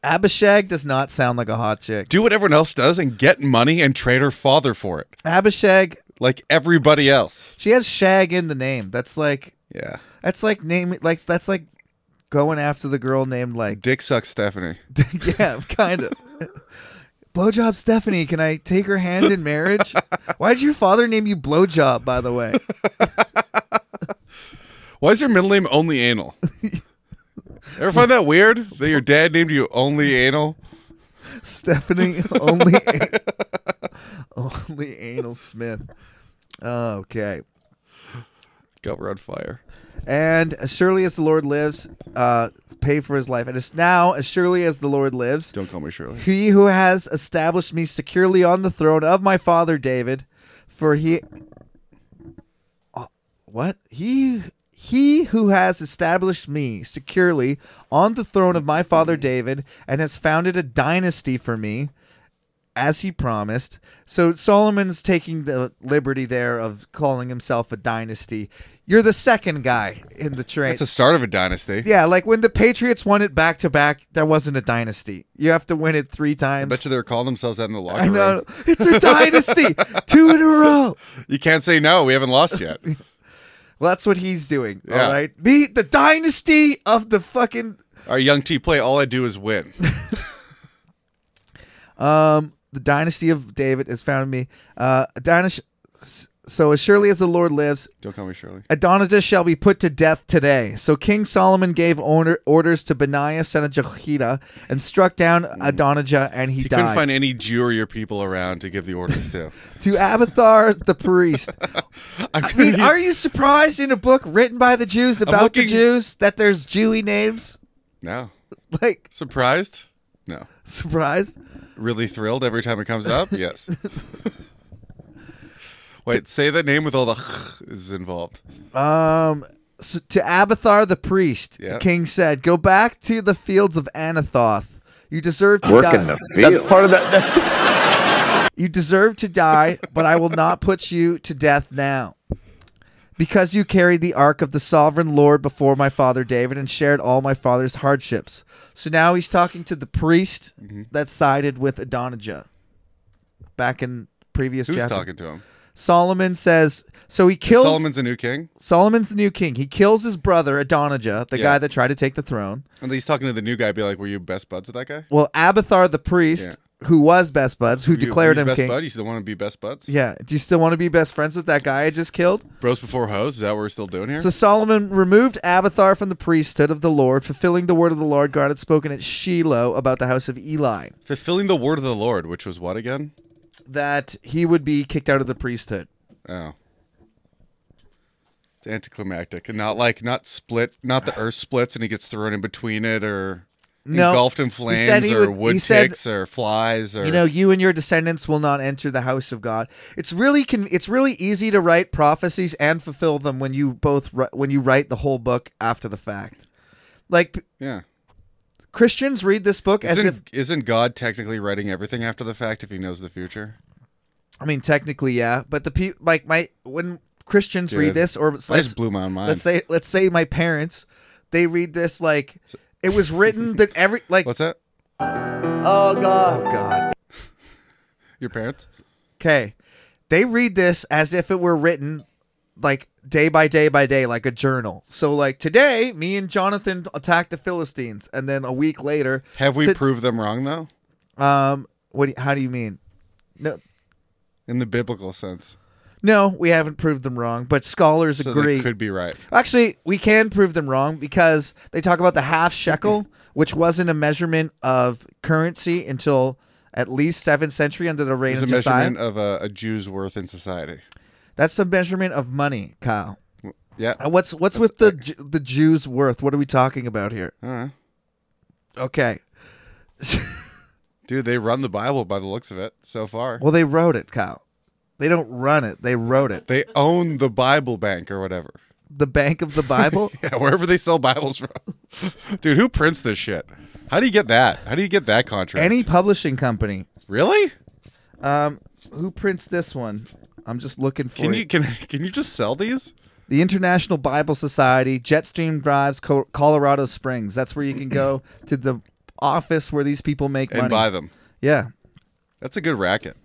S1: Abishag does not sound like a hot chick.
S2: Do what everyone else does and get money and trade her father for it,
S1: Abishag,
S2: like everybody else.
S1: she has shag in the name. That's like
S2: Yeah.
S1: that's like name like that's like going after the girl named like
S2: Dick sucks Stephanie.
S1: yeah, kind of. Blowjob Stephanie, can I take her hand in marriage? Why did your father name you Blowjob, by the way?
S2: Why is your middle name only anal? Ever find that weird that your dad named you only anal?
S1: Stephanie only only anal Smith. Okay.
S2: Go we're on fire.
S1: And as surely as the Lord lives, uh, pay for his life. And it's now, as surely as the Lord lives,
S2: Don't call me Shirley.
S1: He who has established me securely on the throne of my father David, for he Uh, what? He he who has established me securely on the throne of my father David and has founded a dynasty for me as he promised. So Solomon's taking the liberty there of calling himself a dynasty. You're the second guy in the train.
S2: It's the start of a dynasty.
S1: Yeah, like when the Patriots won it back to back, there wasn't a dynasty. You have to win it three
S2: I
S1: times.
S2: bet you they're calling themselves that in the locker
S1: I know.
S2: room.
S1: It's a dynasty. Two in a row.
S2: You can't say no. We haven't lost yet.
S1: Well, that's what he's doing.
S2: Yeah.
S1: All right. Be the dynasty of the fucking
S2: Our young T play. All I do is win.
S1: um the dynasty of David has found in me. Uh dynasty so as surely as the Lord lives,
S2: Don't call me Shirley.
S1: Adonijah shall be put to death today. So King Solomon gave order, orders to Benaiah son of Jehoiada and struck down Adonijah, and Mm. he,
S2: You couldn't
S1: died.
S2: find any Jew or your people around to give the orders to.
S1: to Abathar the priest,
S2: I'm
S1: I mean,
S2: gonna-
S1: are you surprised in a book written by the Jews about the
S2: looking-
S1: Jews that there's Jewy names?
S2: no
S1: Like,
S2: surprised? No.
S1: surprised?
S2: Really thrilled every time it comes up? Yes. Wait, say that name with all the is involved.
S1: Um, so to Abathar the priest, the
S2: Yeah.
S1: king said, "Go back to the fields of Anathoth. You deserve to die.
S5: That's part of that. That's
S1: you deserve to die, but I will not put you to death now." Because you carried the ark of the sovereign Lord before my father David and shared all my father's hardships. So now he's talking to the priest
S5: Mm-hmm.
S1: that sided with Adonijah back in previous
S2: Who's
S1: chapter.
S2: talking to him?
S1: Solomon says so he kills
S2: Solomon's a new king,
S1: Solomon's the new king. He kills his brother Adonijah, the
S2: Yeah.
S1: guy that tried to take the throne.
S2: and he's talking to the new guy. Be like, were you best buds with that guy?
S1: Well, Abathar the priest, who was best buds, who
S2: Were you-
S1: declared
S2: were you
S1: him
S2: best
S1: king.
S2: Bud? You still want to be best buds?
S1: Yeah, do you still want to be best friends with that guy I just killed?
S2: Bros before hoes. Is that what we're still doing here?
S1: So Solomon removed Abathar from the priesthood of the Lord, fulfilling the word of the Lord God had spoken at Shiloh about the house of Eli,
S2: Fulfilling the word of the Lord, which was what again?
S1: that he would be kicked out of the priesthood.
S2: Oh, It's anticlimactic and not like not split, not the earth splits and he gets thrown in between it or
S1: No.
S2: engulfed in
S1: He
S2: flames
S1: said he
S2: or
S1: would-
S2: wood
S1: he said-
S2: ticks or flies or
S1: You know, you and your descendants will not enter the house of God. It's really con- it's really easy to write prophecies and fulfill them when you both ri- when you write the whole book after the fact. Like p-
S2: yeah.
S1: Christians read this book as
S2: Isn't,
S1: if
S2: isn't God technically writing everything after the fact if he knows the future?
S1: I mean technically yeah, but the people like my when Christians
S2: Dude,
S1: read this or
S2: That
S1: let's-
S2: just blew my mind.
S1: let's say let's say my parents they read this like it was written that every like
S2: What's that?
S4: Oh
S1: oh
S4: God.
S1: god
S2: Your parents?
S1: okay they read this as if it were written like day by day by day like a journal so like today me and jonathan attacked the philistines and then a week later
S2: Have we
S1: Sit-
S2: proved them wrong though?
S1: um what do you- how do you mean no
S2: In the biblical sense,
S1: no we haven't proved them wrong but scholars
S2: so
S1: agree
S2: they could be right.
S1: Actually, we can prove them wrong because they talk about the half shekel, which wasn't a measurement of currency until at least seventh century under the reign
S2: It's a
S1: of Josiah.
S2: measurement of a, a Jew's worth in society.
S1: That's the measurement of money, Kyle.
S2: Yeah.
S1: Uh, What's what's with the Ju- the Jews' worth? What are we talking about here?
S2: All right.
S1: Okay,
S2: Dude, they run the Bible by the looks of it so far.
S1: well they wrote it, Kyle. They don't run it; they wrote it.
S2: They own the Bible bank or whatever.
S1: The Bank of the Bible.
S2: Yeah, wherever they sell Bibles from. Dude, who prints this shit? How do you get that? How do you get that contract?
S1: Any publishing company.
S2: Really?
S1: Um, who prints this one? I'm just looking for
S2: Can
S1: it.
S2: you can can you just sell these?
S1: the International Bible Society, Jetstream Drives, Col- Colorado Springs. That's where you can go to the office where these people make
S2: and
S1: money.
S2: buy them.
S1: Yeah.
S2: That's a good racket.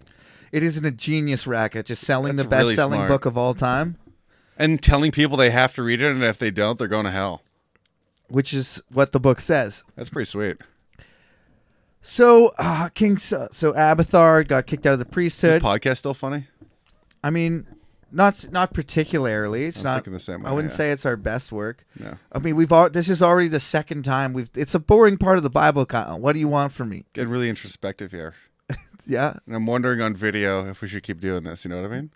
S1: It isn't a genius racket, just selling
S2: That's
S1: the
S2: really
S1: best selling
S2: smart.
S1: book of all time,
S2: And telling people they have to read it, and if they don't, they're going to hell.
S1: which is what the book says.
S2: That's pretty sweet.
S1: So, uh, King, so, so Abathar got kicked out of the
S2: Is
S1: priesthood.
S2: podcast still funny?
S1: I mean, not not particularly. It's not.
S2: thinking the same
S1: I
S2: way,
S1: wouldn't
S2: yeah.
S1: say it's our best work.
S2: No.
S1: I mean, we've all, this is already the second time we've. It's a boring part of the Bible, Kyle. What do you want from me?
S2: Getting really introspective here.
S1: Yeah.
S2: And I'm wondering on video if we should keep doing this. You know what I mean?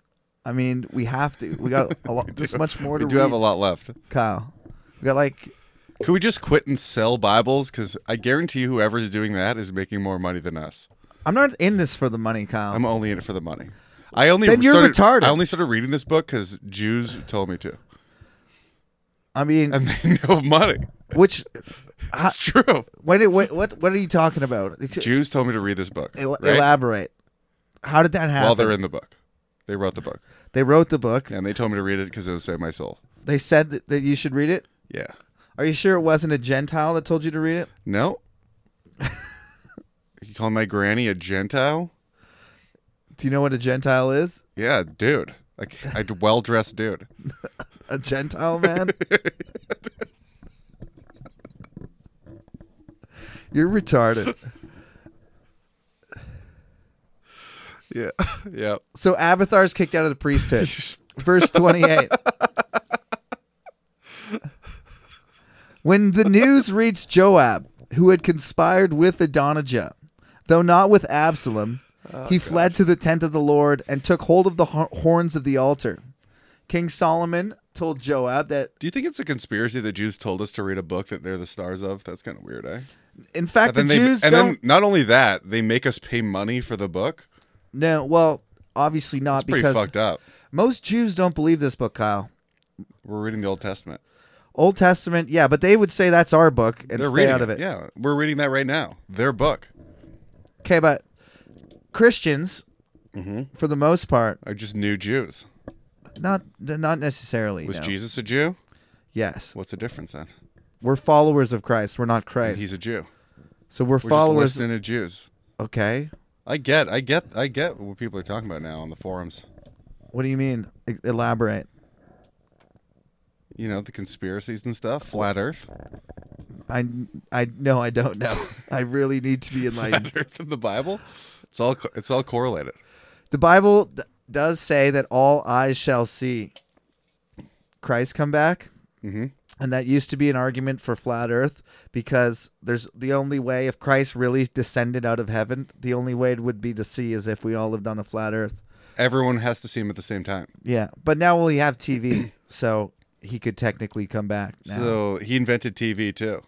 S1: I mean, we have to. We got a lot. this much more
S2: We
S1: to
S2: do
S1: read,
S2: have a lot left.
S1: Kyle. We got like
S2: Could we just quit and sell Bibles? Because I guarantee you, whoever's doing that is making more money than us.
S1: I'm not in this for the money, Kyle.
S2: I'm only in it for the money. I only
S1: Then you're
S2: started-
S1: retarded.
S2: I only started reading this book because Jews told me to,
S1: I mean,
S2: and they know money.
S1: which
S2: It's
S1: Uh,
S2: true.
S1: what, did- what what what are you talking about? Ex-
S2: Jews told me to read this book
S1: el-
S2: right?
S1: Elaborate. How did that happen?
S2: while they're in the book. They wrote the book,
S1: They wrote the book.
S2: and they told me to read it because it would save my soul.
S1: They said that, that you should read it.
S2: Yeah.
S1: Are you sure it wasn't a Gentile that told you to read it?
S2: No. you call my granny a Gentile?
S1: Do you know what a Gentile is?
S2: Yeah, dude. Like a well dressed dude.
S1: A Gentile man. You're retarded.
S2: Yeah. yeah.
S1: So Abathar's kicked out of the priesthood. Verse 28. when the news reached Joab, who had conspired with Adonijah, though not with Absalom,
S2: Oh,
S1: he fled to the tent of the Lord and took hold of the hor- horns of the altar. King Solomon told Joab that,
S2: Do you think it's a conspiracy that Jews told us to read a book that they're the stars of? That's kind of weird, eh?
S1: in fact, the
S2: they,
S1: Jews
S2: and
S1: don't.
S2: then not only that, they make us pay money for the book.
S1: no, well, obviously not
S2: It's pretty
S1: because
S2: fucked up.
S1: most Jews don't believe this book, Kyle.
S2: We're reading the Old Testament.
S1: Old Testament, yeah, but they would say that's our book and
S2: They're
S1: stay
S2: reading
S1: out of it.
S2: Yeah, we're reading that right now. Their book.
S1: Okay, but Christians,
S2: Mm-hmm.
S1: for the most part,
S2: I just knew Jews.
S1: not not necessarily.
S2: Was
S1: no.
S2: Jesus a Jew?
S1: Yes,
S2: What's the difference then?
S1: we're followers of Christ. We're not Christ.
S2: He's a Jew.
S1: so we're,
S2: We're
S1: followers.
S2: just listening to Jews.
S1: okay,
S2: I get, I get, I get what people are talking about now on the forums.
S1: what do you mean? E- elaborate.
S2: You know, the conspiracies and stuff, flat Earth,
S1: I I no, I don't know. I really need to be enlightened.
S2: flat Earth in the Bible. It's all, co- it's all correlated.
S1: the Bible d- does say that all eyes shall see Christ come back.
S2: Mm-hmm.
S1: And that used to be an argument for flat earth because there's the only way, if Christ really descended out of heaven, the only way it would be to see is if we all lived on a flat earth.
S2: Everyone has to see him at the same time.
S1: Yeah. But now we have TV. so he could technically come back now.
S2: So he invented TV too.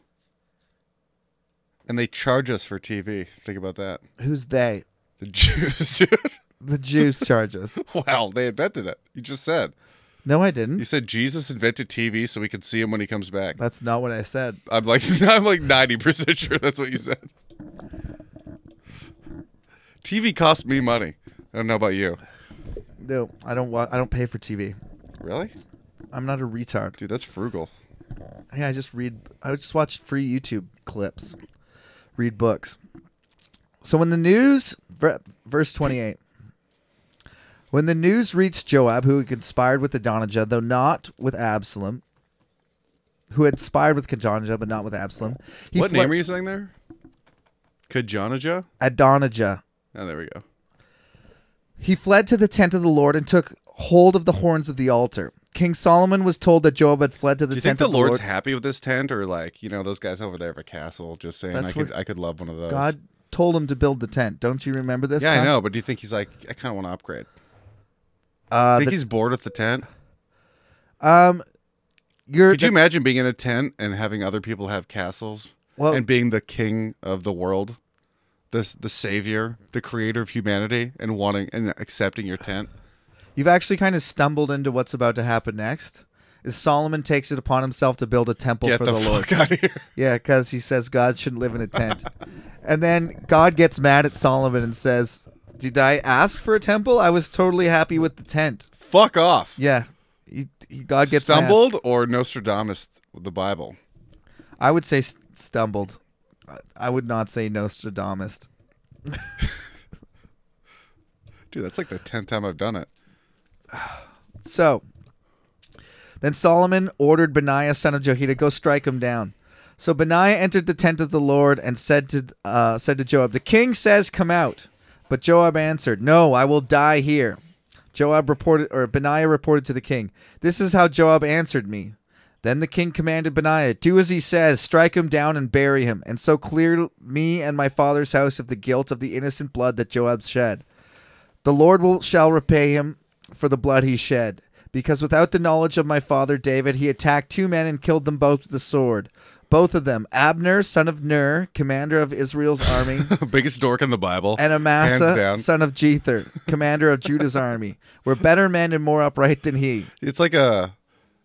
S2: And they charge us for TV. Think about that.
S1: Who's they?
S2: The Jews, dude.
S1: The Jews charge us.
S2: Wow, they invented it. You just said.
S1: No, I
S2: You
S1: didn't.
S2: said Jesus invented TV so we could see him when he comes back.
S1: That's not what I said.
S2: I'm like I'm like 90% sure that's what you said. TV cost me money. I don't know about you.
S1: No, I don't want. I don't pay for TV.
S2: Really?
S1: I'm not a retard.
S2: Dude, that's frugal.
S1: Yeah, I just read. I just watch free YouTube clips, read books. So when the news, ver- verse twenty-eight. When the news reached Joab, who had conspired with Adonijah, though not with Absalom, who had spied with Adonijah but not with Absalom, he
S2: what name
S1: fled-
S2: are you saying there? Kajanija?
S1: Adonijah.
S2: Oh, there we go.
S1: He fled to the tent of the Lord and took hold of the horns of the altar. King Solomon was told that Joab had fled to the
S2: Do you
S1: tent
S2: think the
S1: of the
S2: Lord's
S1: Lord.
S2: happy with this tent, or like you know those guys over there have a castle? Just saying,
S1: That's
S2: I could
S1: what-
S2: I could love one of those.
S1: God told him to build the tent. Don't you remember this?
S2: yeah, I
S1: Tom?
S2: know, but do you think he's like I kind of want to upgrade? I
S1: Uh,
S2: think
S1: the-
S2: he's bored with the tent.
S1: um, you're
S2: Could you imagine being in a tent and having other people have castles
S1: Well-
S2: and being the king of the world, the the savior, the creator of humanity, and wanting and accepting your tent?
S1: You've actually kind of stumbled into what's about to happen next. Is Solomon takes it upon himself to build a temple
S2: Get
S1: for
S2: the,
S1: the, Lord.
S2: fuck out of here!
S1: Yeah, because he says God shouldn't live in a tent. and then God gets mad at Solomon and says, Did I ask for a temple? I was totally happy with the tent.
S2: Fuck off!
S1: Yeah. He, he, God gets mad.
S2: stumbled or Nostradamus the Bible.
S1: I would say st- stumbled. I- I would not say Nostradamus.
S2: Dude, that's like the tenth time I've done it.
S1: So then Solomon ordered Benaiah son of Jehoiada go strike him down. So Benaiah entered the tent of the Lord and said to uh, said to Joab, "The king says, come out." But Joab answered, "No, I will die here." Joab reported or Benaiah reported to the king, "This is how Joab answered me." Then the king commanded Benaiah, "Do as he says, strike him down and bury him, and so clear me and my father's house of the guilt of the innocent blood that Joab shed." The Lord will shall repay him for the blood he shed, because without the knowledge of my father David, he attacked two men and killed them both with the sword. Both of them, Abner, son of Ner, commander of Israel's army,
S2: Biggest dork in the Bible.
S1: and
S2: Hands
S1: Amasa,
S2: down.
S1: son of Jether, commander of Judah's army, were better men and more upright than he.
S2: It's like a.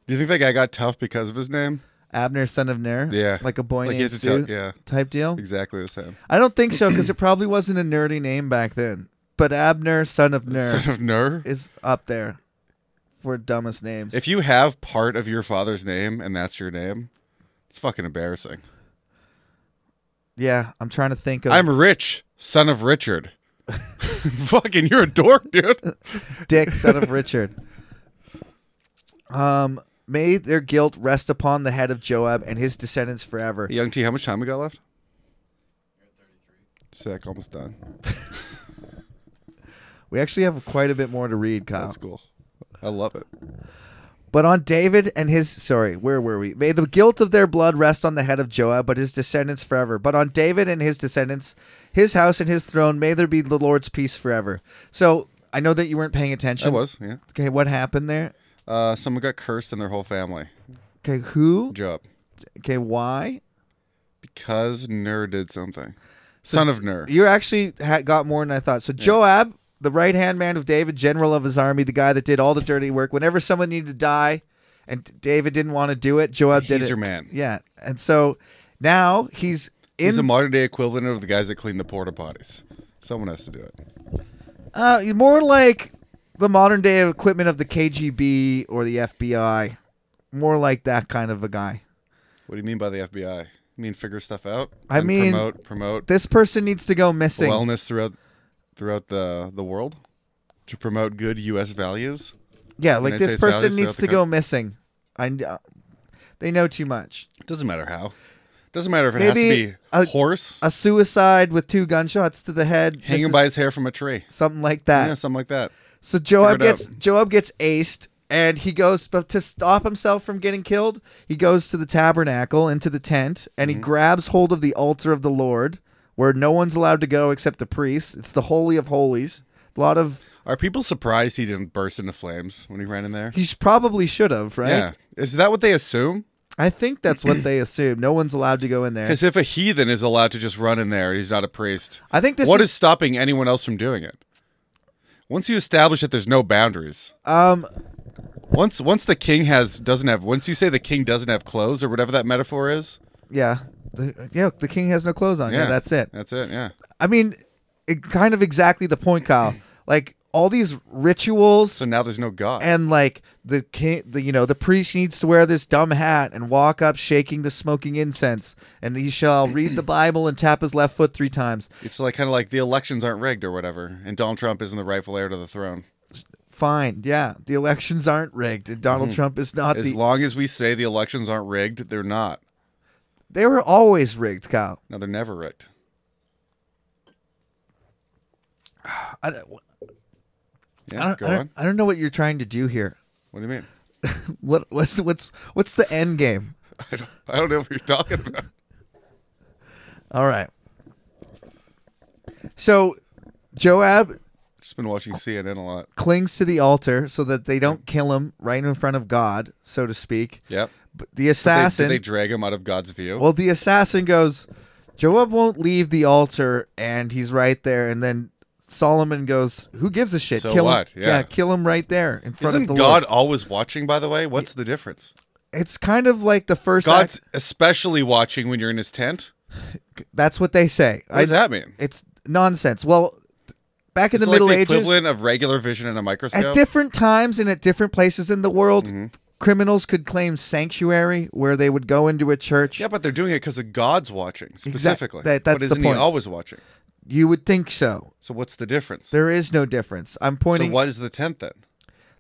S2: Do you think that guy got tough because of his name?
S1: Abner, son of Ner,
S2: Yeah.
S1: like a boy
S2: Like he
S1: named
S2: had to
S1: Sue,
S2: tell- yeah.
S1: type deal.
S2: Exactly the same.
S1: I don't think so, because it probably wasn't a nerdy name back then. But Abner, son of Ner,
S2: Son of Ner.
S1: is up there for dumbest names.
S2: If you have part of your father's name and that's your name, it's fucking embarrassing.
S1: Yeah, I'm trying to think of
S2: I'm rich, son of Richard. fucking, you're a dork, dude.
S1: Dick, son of Richard. Um, may their guilt rest upon the head of Joab and his descendants forever.
S2: Young T, how much time we got left? Sick, almost done.
S1: We actually have quite a bit more to read, Kyle.
S2: That's cool. I love it.
S1: But on David and his sorry, where were we? May the guilt of their blood rest on the head of Joab, but his descendants forever. But on David and his descendants, his house and his throne, may there be the Lord's peace forever. So I know that you weren't paying attention.
S2: I was, yeah.
S1: Okay, what happened there?
S2: Uh, someone got cursed and their whole family.
S1: Okay, who?
S2: Job.
S1: Okay, why?
S2: Because Ner did something. Son of Ner.
S1: You actually ha- got more than I thought. So Joab, the right hand man of David, general of his army, the guy that did all the dirty work. Whenever someone needed to die, and D- David didn't want to do it, Joab did
S2: He's
S1: it.
S2: your man.
S1: Yeah, and so now he's in.
S2: He's a modern day equivalent of the guys that clean the porta potties. Someone has to do it.
S1: uh, more like the modern day equipment of the KGB or the FBI. More like that kind of a guy.
S2: What do you mean by the FBI? You mean figure stuff out?
S1: I
S2: And
S1: mean-
S2: promote promote
S1: This person needs to go missing.
S2: wellness throughout throughout the the world to promote good U.S. values.
S1: yeah, like
S2: United
S1: this
S2: States
S1: person
S2: values
S1: needs
S2: throughout
S1: to
S2: the
S1: go
S2: country.
S1: missing. I. kn- uh, They know too much.
S2: Doesn't matter how. Doesn't matter if it
S1: Maybe
S2: has to be
S1: a-
S2: horse
S1: a suicide with two gunshots to the head,
S2: hanging
S1: Mrs.
S2: by his hair from a tree.
S1: something like that.
S2: yeah, something like that.
S1: So Joab
S2: Figure it
S1: gets
S2: out.
S1: Joab gets aced, and he goes. But to stop himself from getting killed, he goes to the tabernacle into the tent, and
S2: Mm-hmm.
S1: he grabs hold of the altar of the Lord, where no one's allowed to go except the priests. It's the holy of holies. A lot of
S2: Are people surprised he didn't burst into flames when he ran in there?
S1: he sh- probably should have right.
S2: Yeah, Is that what they assume?
S1: I think that's what they assume. No one's allowed to go in there.
S2: Because if a heathen is allowed to just run in there, he's not a priest.
S1: I think this
S2: what
S1: is-
S2: is stopping anyone else from doing it? Once you establish that there's no boundaries,
S1: Um,
S2: once once the king has doesn't have once you say the king doesn't have clothes or whatever that metaphor is,
S1: yeah, the, yeah. The king has no clothes on. Yeah, that's it.
S2: That's it. Yeah.
S1: I mean, it, kind of exactly the point, Kyle. Like all these rituals
S2: So now there's no god.
S1: and like the king, the you know, the priest needs to wear this dumb hat and walk up shaking the smoking incense, and he shall read the Bible and tap his left foot three times.
S2: it's like kind of like the elections aren't rigged or whatever, and Donald Trump isn't the rightful heir to the throne.
S1: Fine, yeah, the elections aren't rigged, and Donald Trump is not
S2: Mm-hmm. As
S1: the.
S2: long as we say the elections aren't rigged, they're not.
S1: they were always rigged, Kyle.
S2: No, they're never rigged.
S1: I, don't-
S2: Yeah,
S1: I don't,
S2: go
S1: I, don't,
S2: on.
S1: I don't know what you're trying to do here.
S2: What do you mean?
S1: What what's what's what's the end game?
S2: I don't, I don't know what you're talking about.
S1: All right. So Joab
S2: Just been watching CNN a lot.
S1: clings to the altar so that they don't kill him right in front of God, so to speak.
S2: Yep.
S1: But the
S2: Did they-
S1: assassin
S2: Did they, drag him out of God's view?
S1: Well, the assassin goes, Joab won't leave the altar, and he's right there. And then Solomon goes, Who gives a shit?
S2: So
S1: kill
S2: what?
S1: him.
S2: Yeah.
S1: kill him right there in front
S2: Isn't
S1: of the Lord.
S2: God always watching? By the way, what's the difference?
S1: It's kind of like the first
S2: God's
S1: act-
S2: especially watching when you're in His tent.
S1: That's what they say.
S2: What does that mean?
S1: It's nonsense. Well, back in
S2: It's
S1: the
S2: like
S1: Middle
S2: the
S1: Ages,
S2: equivalent of regular vision in a microscope.
S1: at different times and at different places in the world,
S2: Mm-hmm.
S1: criminals could claim sanctuary where they would go into a church.
S2: yeah, but they're doing it because of God's watching specifically.
S1: that- that's
S2: but
S1: the
S2: isn't
S1: point.
S2: He always watching?
S1: You would think so.
S2: So what's the difference?
S1: There is no difference. I'm
S2: so
S1: pointing.
S2: what is the tent then?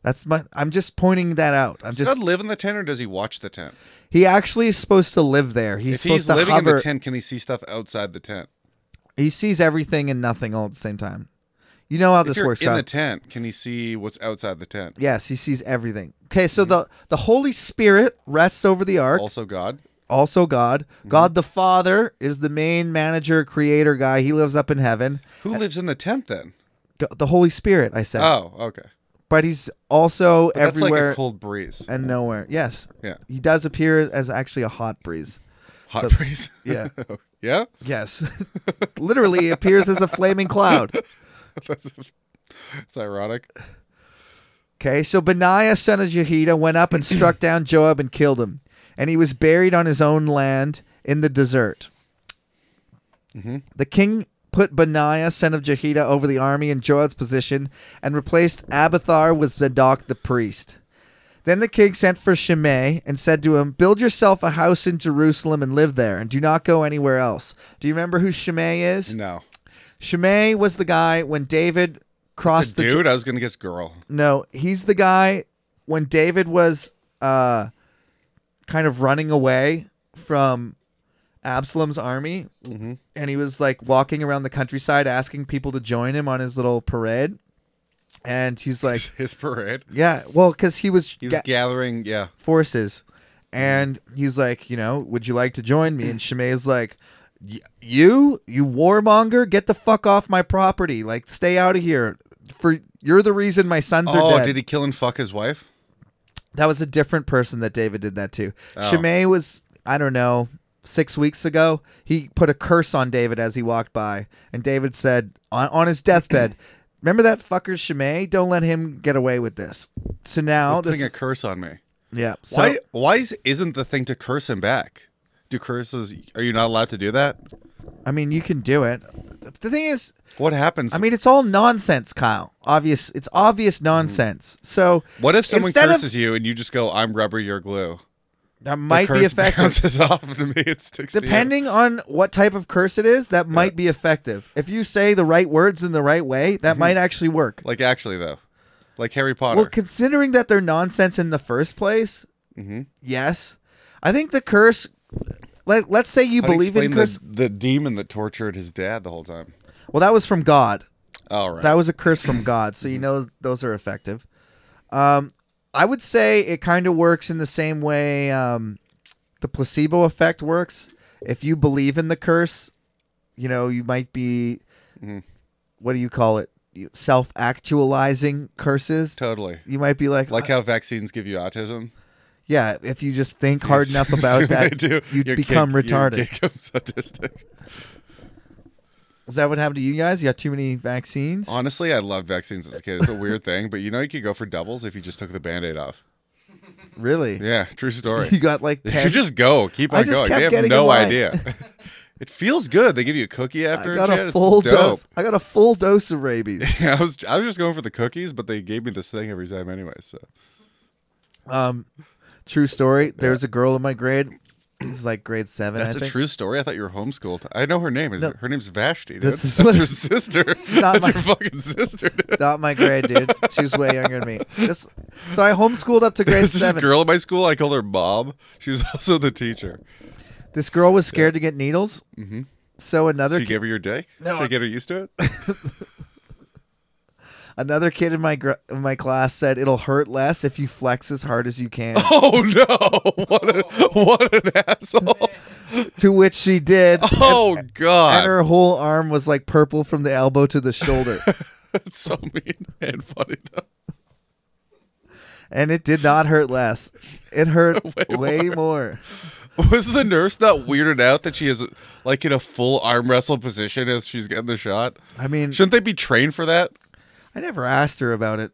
S1: That's my. I'm just pointing that out. I'm
S2: Does
S1: just.
S2: God live in the tent or does He watch the tent?
S1: He actually is supposed to live there. He's
S2: if
S1: supposed
S2: He's
S1: to
S2: living
S1: hover.
S2: in the tent, can He see stuff outside the tent?
S1: He sees everything and nothing all at the same time. You know how
S2: If
S1: this
S2: you're
S1: works,
S2: in
S1: God.
S2: the tent, can He see what's outside the tent?
S1: yes, he sees everything. Okay,
S2: Mm-hmm.
S1: so the the Holy Spirit rests over the ark.
S2: Also, God.
S1: Also, God,
S2: Mm-hmm.
S1: God the Father is the main manager, creator guy. He lives up in heaven.
S2: Who lives in the tent then?
S1: G- The Holy Spirit, I said,
S2: Oh, okay.
S1: but he's also
S2: That's like
S1: everywhere
S2: a cold breeze.
S1: and nowhere. Yes,
S2: Yeah.
S1: he does appear as actually a hot breeze.
S2: Hot
S1: So-
S2: breeze.
S1: yeah.
S2: yeah.
S1: Yes, literally appears as a flaming cloud.
S2: That's, it's ironic.
S1: Okay, so Benaiah son of Jehoiada went up and struck down Joab and killed him, and he was buried on his own land in the desert.
S2: Mm-hmm.
S1: The king put Benaiah son of Jehoiada over the army in Joab's position and replaced Abathar with Zadok the priest. Then the king sent for Shimei and said to him, "Build yourself a house in Jerusalem and live there, and do not go anywhere else." Do you remember who Shimei is?
S2: No.
S1: Shimei was the guy when David crossed
S2: It's a
S1: the
S2: dude, I was going to guess girl.
S1: no, he's the guy when David was uh kind of running away from Absalom's army
S2: Mm-hmm.
S1: and he was like walking around the countryside asking people to join him on his little parade. And he's like,
S2: His parade.
S1: yeah, well, cuz he was,
S2: He was Mm-hmm.
S1: ga-
S2: gathering, yeah.
S1: forces. And he's like, you know, would you like to join me? And Shimei's like, "Y- you, you warmonger, get the fuck off my property. Like, stay out of here. For you're the reason my sons are
S2: Oh,
S1: dead.
S2: did he kill and fuck his wife?
S1: That was a different person that David did that to.
S2: Oh.
S1: Shimei was, I don't know, six weeks ago. He put a curse on David as he walked by, and David said on, on his deathbed, "Remember that fucker Shimei? Don't let him get away with this." So now
S2: Oh,
S1: this,
S2: putting a
S1: is-
S2: curse on me.
S1: yeah. So
S2: Why? Why is, isn't the thing to curse him back? Do curses? Are you not allowed to do that?
S1: I mean, you can do it. The thing is,
S2: What happens?
S1: I mean, it's all nonsense, Kyle. Obvious, it's obvious nonsense. So
S2: Mm-hmm. what if someone
S1: instead
S2: curses
S1: Of,
S2: you and you just go, "I'm rubber, you're glue"?
S1: that might
S2: the
S1: be
S2: curse
S1: effective.
S2: bounces off to me. It sticks. to you.
S1: Depending on what type of curse it is, that might be effective. If you say the right words in the right way, that might actually work.
S2: Mm-hmm. Like actually though, like Harry Potter.
S1: Well, considering that they're nonsense in the first place,
S2: Mm-hmm.
S1: yes, I think the curse. Let, let's say you
S2: How do you
S1: believe in
S2: explain
S1: curse.
S2: The, the demon that tortured his dad the whole time.
S1: Well, that was from God.
S2: All right. Mm-hmm.
S1: That was a curse from God, so you know those are effective. Um, I would say it kind of works in the same way um, the placebo effect works. If you believe in the curse, you know you might be,
S2: Mm-hmm.
S1: what do you call it? Self actualizing curses.
S2: totally
S1: You might be like,
S2: like how vaccines give you autism.
S1: Yeah, if you just think hard enough about that,
S2: do,
S1: you
S2: your
S1: become
S2: kid- your
S1: retarded.
S2: kid becomes autistic.
S1: Is that what happened to you guys? You got too many vaccines?
S2: Honestly, I loved vaccines as a kid. It's a weird thing, but you know you could go for doubles if you just took the band-aid off.
S1: really?
S2: Yeah, true story.
S1: You got like 10.
S2: You just go. Keep
S1: I
S2: on
S1: just
S2: going.
S1: kept
S2: They have
S1: getting in
S2: no
S1: line.
S2: idea. it feels good. They give you a cookie
S1: I
S2: after.
S1: got
S2: and shit.
S1: a
S2: It's
S1: full
S2: dope.
S1: dose. I got a full dose of rabies.
S2: Yeah, I was I was just going for the cookies, but they gave me this thing every time anyway. So
S1: Um, true story. There was a girl in my grade. This is like grade seven.
S2: that's
S1: I
S2: a
S1: think.
S2: true story. I thought you were homeschooled. I know her name. Is
S1: No.
S2: her name's Vashti? Dude.
S1: This is
S2: that's
S1: what-
S2: her sister. That's
S1: not my-
S2: your fucking sister. Dude.
S1: Not my grade, dude. She was way younger than me. This, so I homeschooled up to grade
S2: This is a
S1: seven.
S2: girl at my school. I called her Bob. She was also the teacher.
S1: This girl was scared to get needles. Mm-hmm. So
S2: So
S1: another
S2: you gave her your dick.
S1: No,
S2: so
S1: I-
S2: you get her used to it.
S1: another kid in my gr- in my class said it'll hurt less if you flex as hard as you can.
S2: oh no! What a, what an asshole!
S1: to which she did,
S2: Oh god!
S1: and her whole arm was like purple from the elbow to the shoulder,
S2: That's so mean and funny though.
S1: and it did not hurt less. It hurt way,
S2: Way
S1: more.
S2: more. Was the nurse that weirded out that she is like in a full arm wrestle position as she's getting the shot?
S1: I mean,
S2: Shouldn't they be trained for that?
S1: I never asked her about it,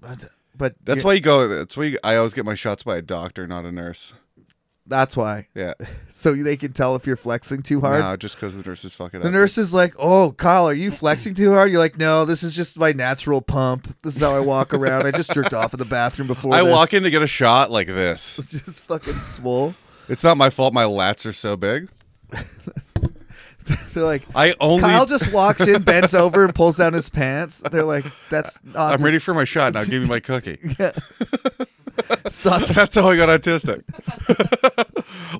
S1: but, but
S2: That's
S1: yeah,
S2: why you go. That's why you, I always get my shots by a doctor, not a nurse.
S1: That's why.
S2: Yeah,
S1: So they can tell if you're flexing too hard.
S2: no, just because the nurse is fucking.
S1: The nurse is like, "Oh, Kyle, are you flexing too hard?" You're like, "No, this is just my natural pump. This is how I walk around. I just jerked off in the bathroom before.
S2: I
S1: this.
S2: walk in to get a shot like this.
S1: just fucking swole."
S2: It's not my fault. My lats are so big.
S1: They're like,
S2: I only.
S1: Kyle just walks in, bends over, and pulls down his pants. They're like, "That's not.
S2: I'm ready for my shot now. Give me my cookie.
S1: It's not-
S2: That's how I got autistic.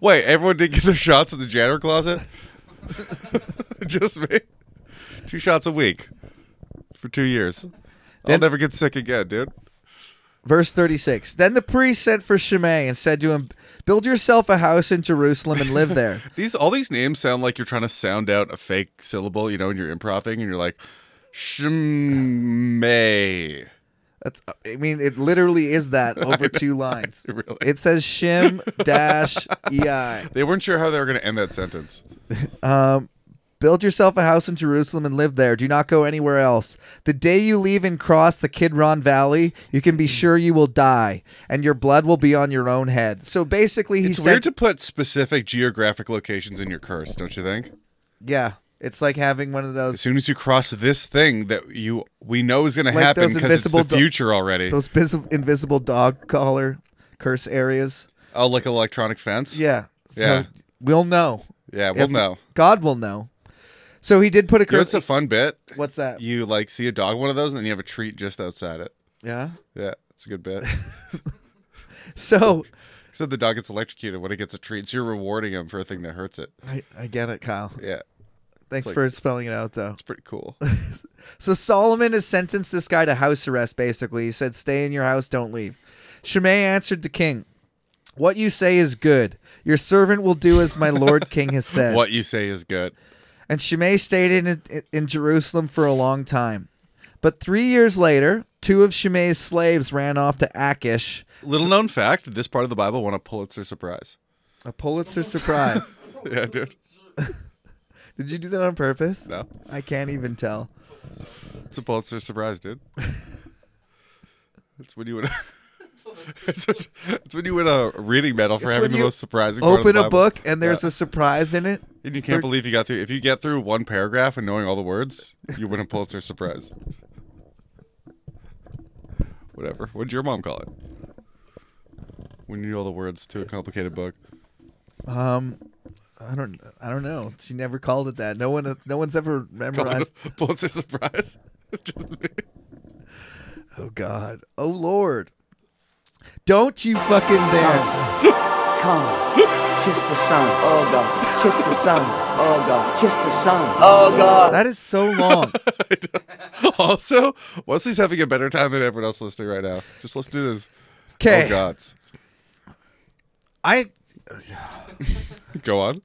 S2: Wait, everyone did get their shots in the janitor closet? Just me. Two shots a week for two years. I'll
S1: Then-
S2: never get sick again, dude.
S1: Verse 36. Then the priest sent for Shimei and said to him, Build yourself a house in Jerusalem and live there.
S2: These all these names sound like you're trying to sound out a fake syllable, you know, and you're improvising, and you're like, Shmay.
S1: That's, I mean, it literally is that over two lines.
S2: Really?
S1: It says Shim dash E EI.
S2: They weren't sure how they were going to end that sentence.
S1: Build yourself a house in Jerusalem and live there. Do not go anywhere else. The day you leave and cross the Kidron Valley, you can be sure you will die, and your blood will be on your own head. So basically, he
S2: It's
S1: said,
S2: weird to put specific geographic locations in your curse, don't you think?
S1: "Yeah, it's like having one of
S2: As
S1: those
S2: soon as you cross this thing that you we know is going to
S1: Like
S2: happen
S1: those
S2: because it's
S1: invisible do-
S2: the future already.
S1: those bis- invisible dog collar curse areas."
S2: oh, like electronic fence.
S1: Yeah, so
S2: Yeah.
S1: we'll know.
S2: yeah. Well,
S1: If-
S2: no,
S1: God will know. So he did put a
S2: you know, it's
S1: curse.
S2: a fun bit.
S1: What's that?
S2: You like see a dog one of those, and then you have a treat just outside it.
S1: yeah.
S2: Yeah, it's a good bit.
S1: So
S2: Except the dog gets electrocuted when it gets a treat, so you're rewarding him for a thing that hurts it.
S1: I, I get it, Kyle.
S2: Yeah,
S1: Thanks
S2: like-
S1: for spelling it out, though.
S2: it's pretty cool.
S1: So Solomon has sentenced this guy to house arrest, basically. He said, Stay in your house, don't leave. Shimei answered the king, What you say is good. Your servant will do as my lord king has said.
S2: what you say is good.
S1: And Shimei stayed in, in Jerusalem for a long time. But three years later, two of Shimei's slaves ran off to Achish,
S2: Little known fact: this part of the Bible won a Pulitzer Surprise.
S1: a Pulitzer surprise.
S2: Yeah, dude.
S1: Did you do that on purpose?
S2: No,
S1: I can't even tell.
S2: it's a Pulitzer Surprise, dude. That's when you would. It's when, it's when you win a reading medal for
S1: It's when
S2: having the
S1: you
S2: most surprising. part of
S1: Open
S2: the
S1: a
S2: Bible.
S1: book and there's
S2: Yeah.
S1: a surprise in it.
S2: And you can't
S1: for-
S2: believe you got through. If you get through one paragraph and knowing all the words, you win a Pulitzer Surprise. Whatever. What'd your mom call it? When you knew all the words to a complicated book.
S1: Um, I don't, I don't know. She never called it that. No one, no one's ever
S2: Call it
S1: memorized.
S2: a Pulitzer Surprise. It's just me.
S1: Oh God. Oh Lord. Don't you fucking dare.
S4: Come, kiss the sun. Oh God, kiss the sun. Oh God, kiss the sun. Oh God.
S1: That is so long.
S2: Also, Wesley's having a better time than everyone else listening right now. Just listen to this.
S1: Okay.
S2: Oh, gods.
S1: I,
S2: Go on.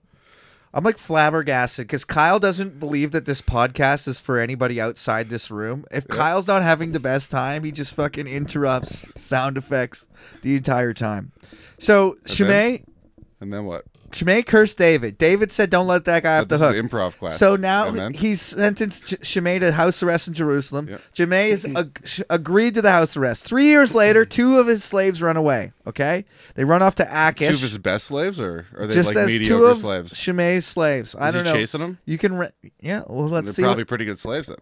S1: I'm like flabbergasted because Kyle doesn't believe that this podcast is for anybody outside this room. If Kyle's not having the best time, he just fucking interrupts sound effects the entire time. So Shimei,
S2: And then what?
S1: Shimei cursed David. David said, "Don't let that guy off the
S2: this is
S1: hook."
S2: improv class.
S1: So now
S2: And then?
S1: he's sentenced J- Shimei to house arrest in Jerusalem.
S2: Yep.
S1: Shimei is ag- sh- agreed to the house arrest. Three years later, two of his slaves run away. Okay, they run off to Akish.
S2: Two of his best slaves, or are they
S1: just
S2: like
S1: as
S2: mediocre
S1: two of
S2: slaves?
S1: Shimei's slaves. I
S2: Is he
S1: don't know.
S2: chasing 'em?
S1: You can, re- yeah. Well,
S2: They're
S1: let's see.
S2: probably pretty good slaves then.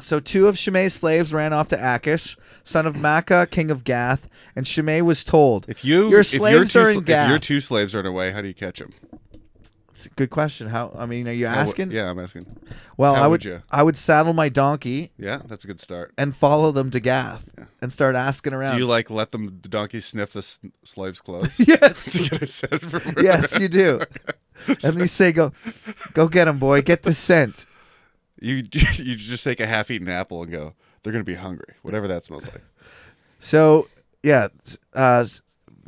S1: So two of Shimei's slaves ran off to Akish, son of Makkah, king of Gath, and Shimei was told,
S2: If you,
S1: your
S2: if your
S1: slaves
S2: two
S1: are
S2: sla-
S1: in
S2: if your
S1: Gath."
S2: two slaves are in a way, how do you catch them?
S1: It's a Good question. How? I mean, are you asking?
S2: Yeah, I'm asking.
S1: Well,
S2: How
S1: I
S2: would
S1: would.
S2: you?
S1: I would saddle my donkey
S2: Yeah, that's a good start.
S1: and follow them to Gath and start asking around.
S2: Do you like let them the donkey sniff the s- slave's clothes?
S1: Yes.
S2: to get a scent for her?
S1: yes, you do. And they say, "Go, go get him, boy. Get the scent."
S2: You you just take a half-eaten apple and go. They're gonna be hungry. Whatever that smells like.
S1: So yeah, uh,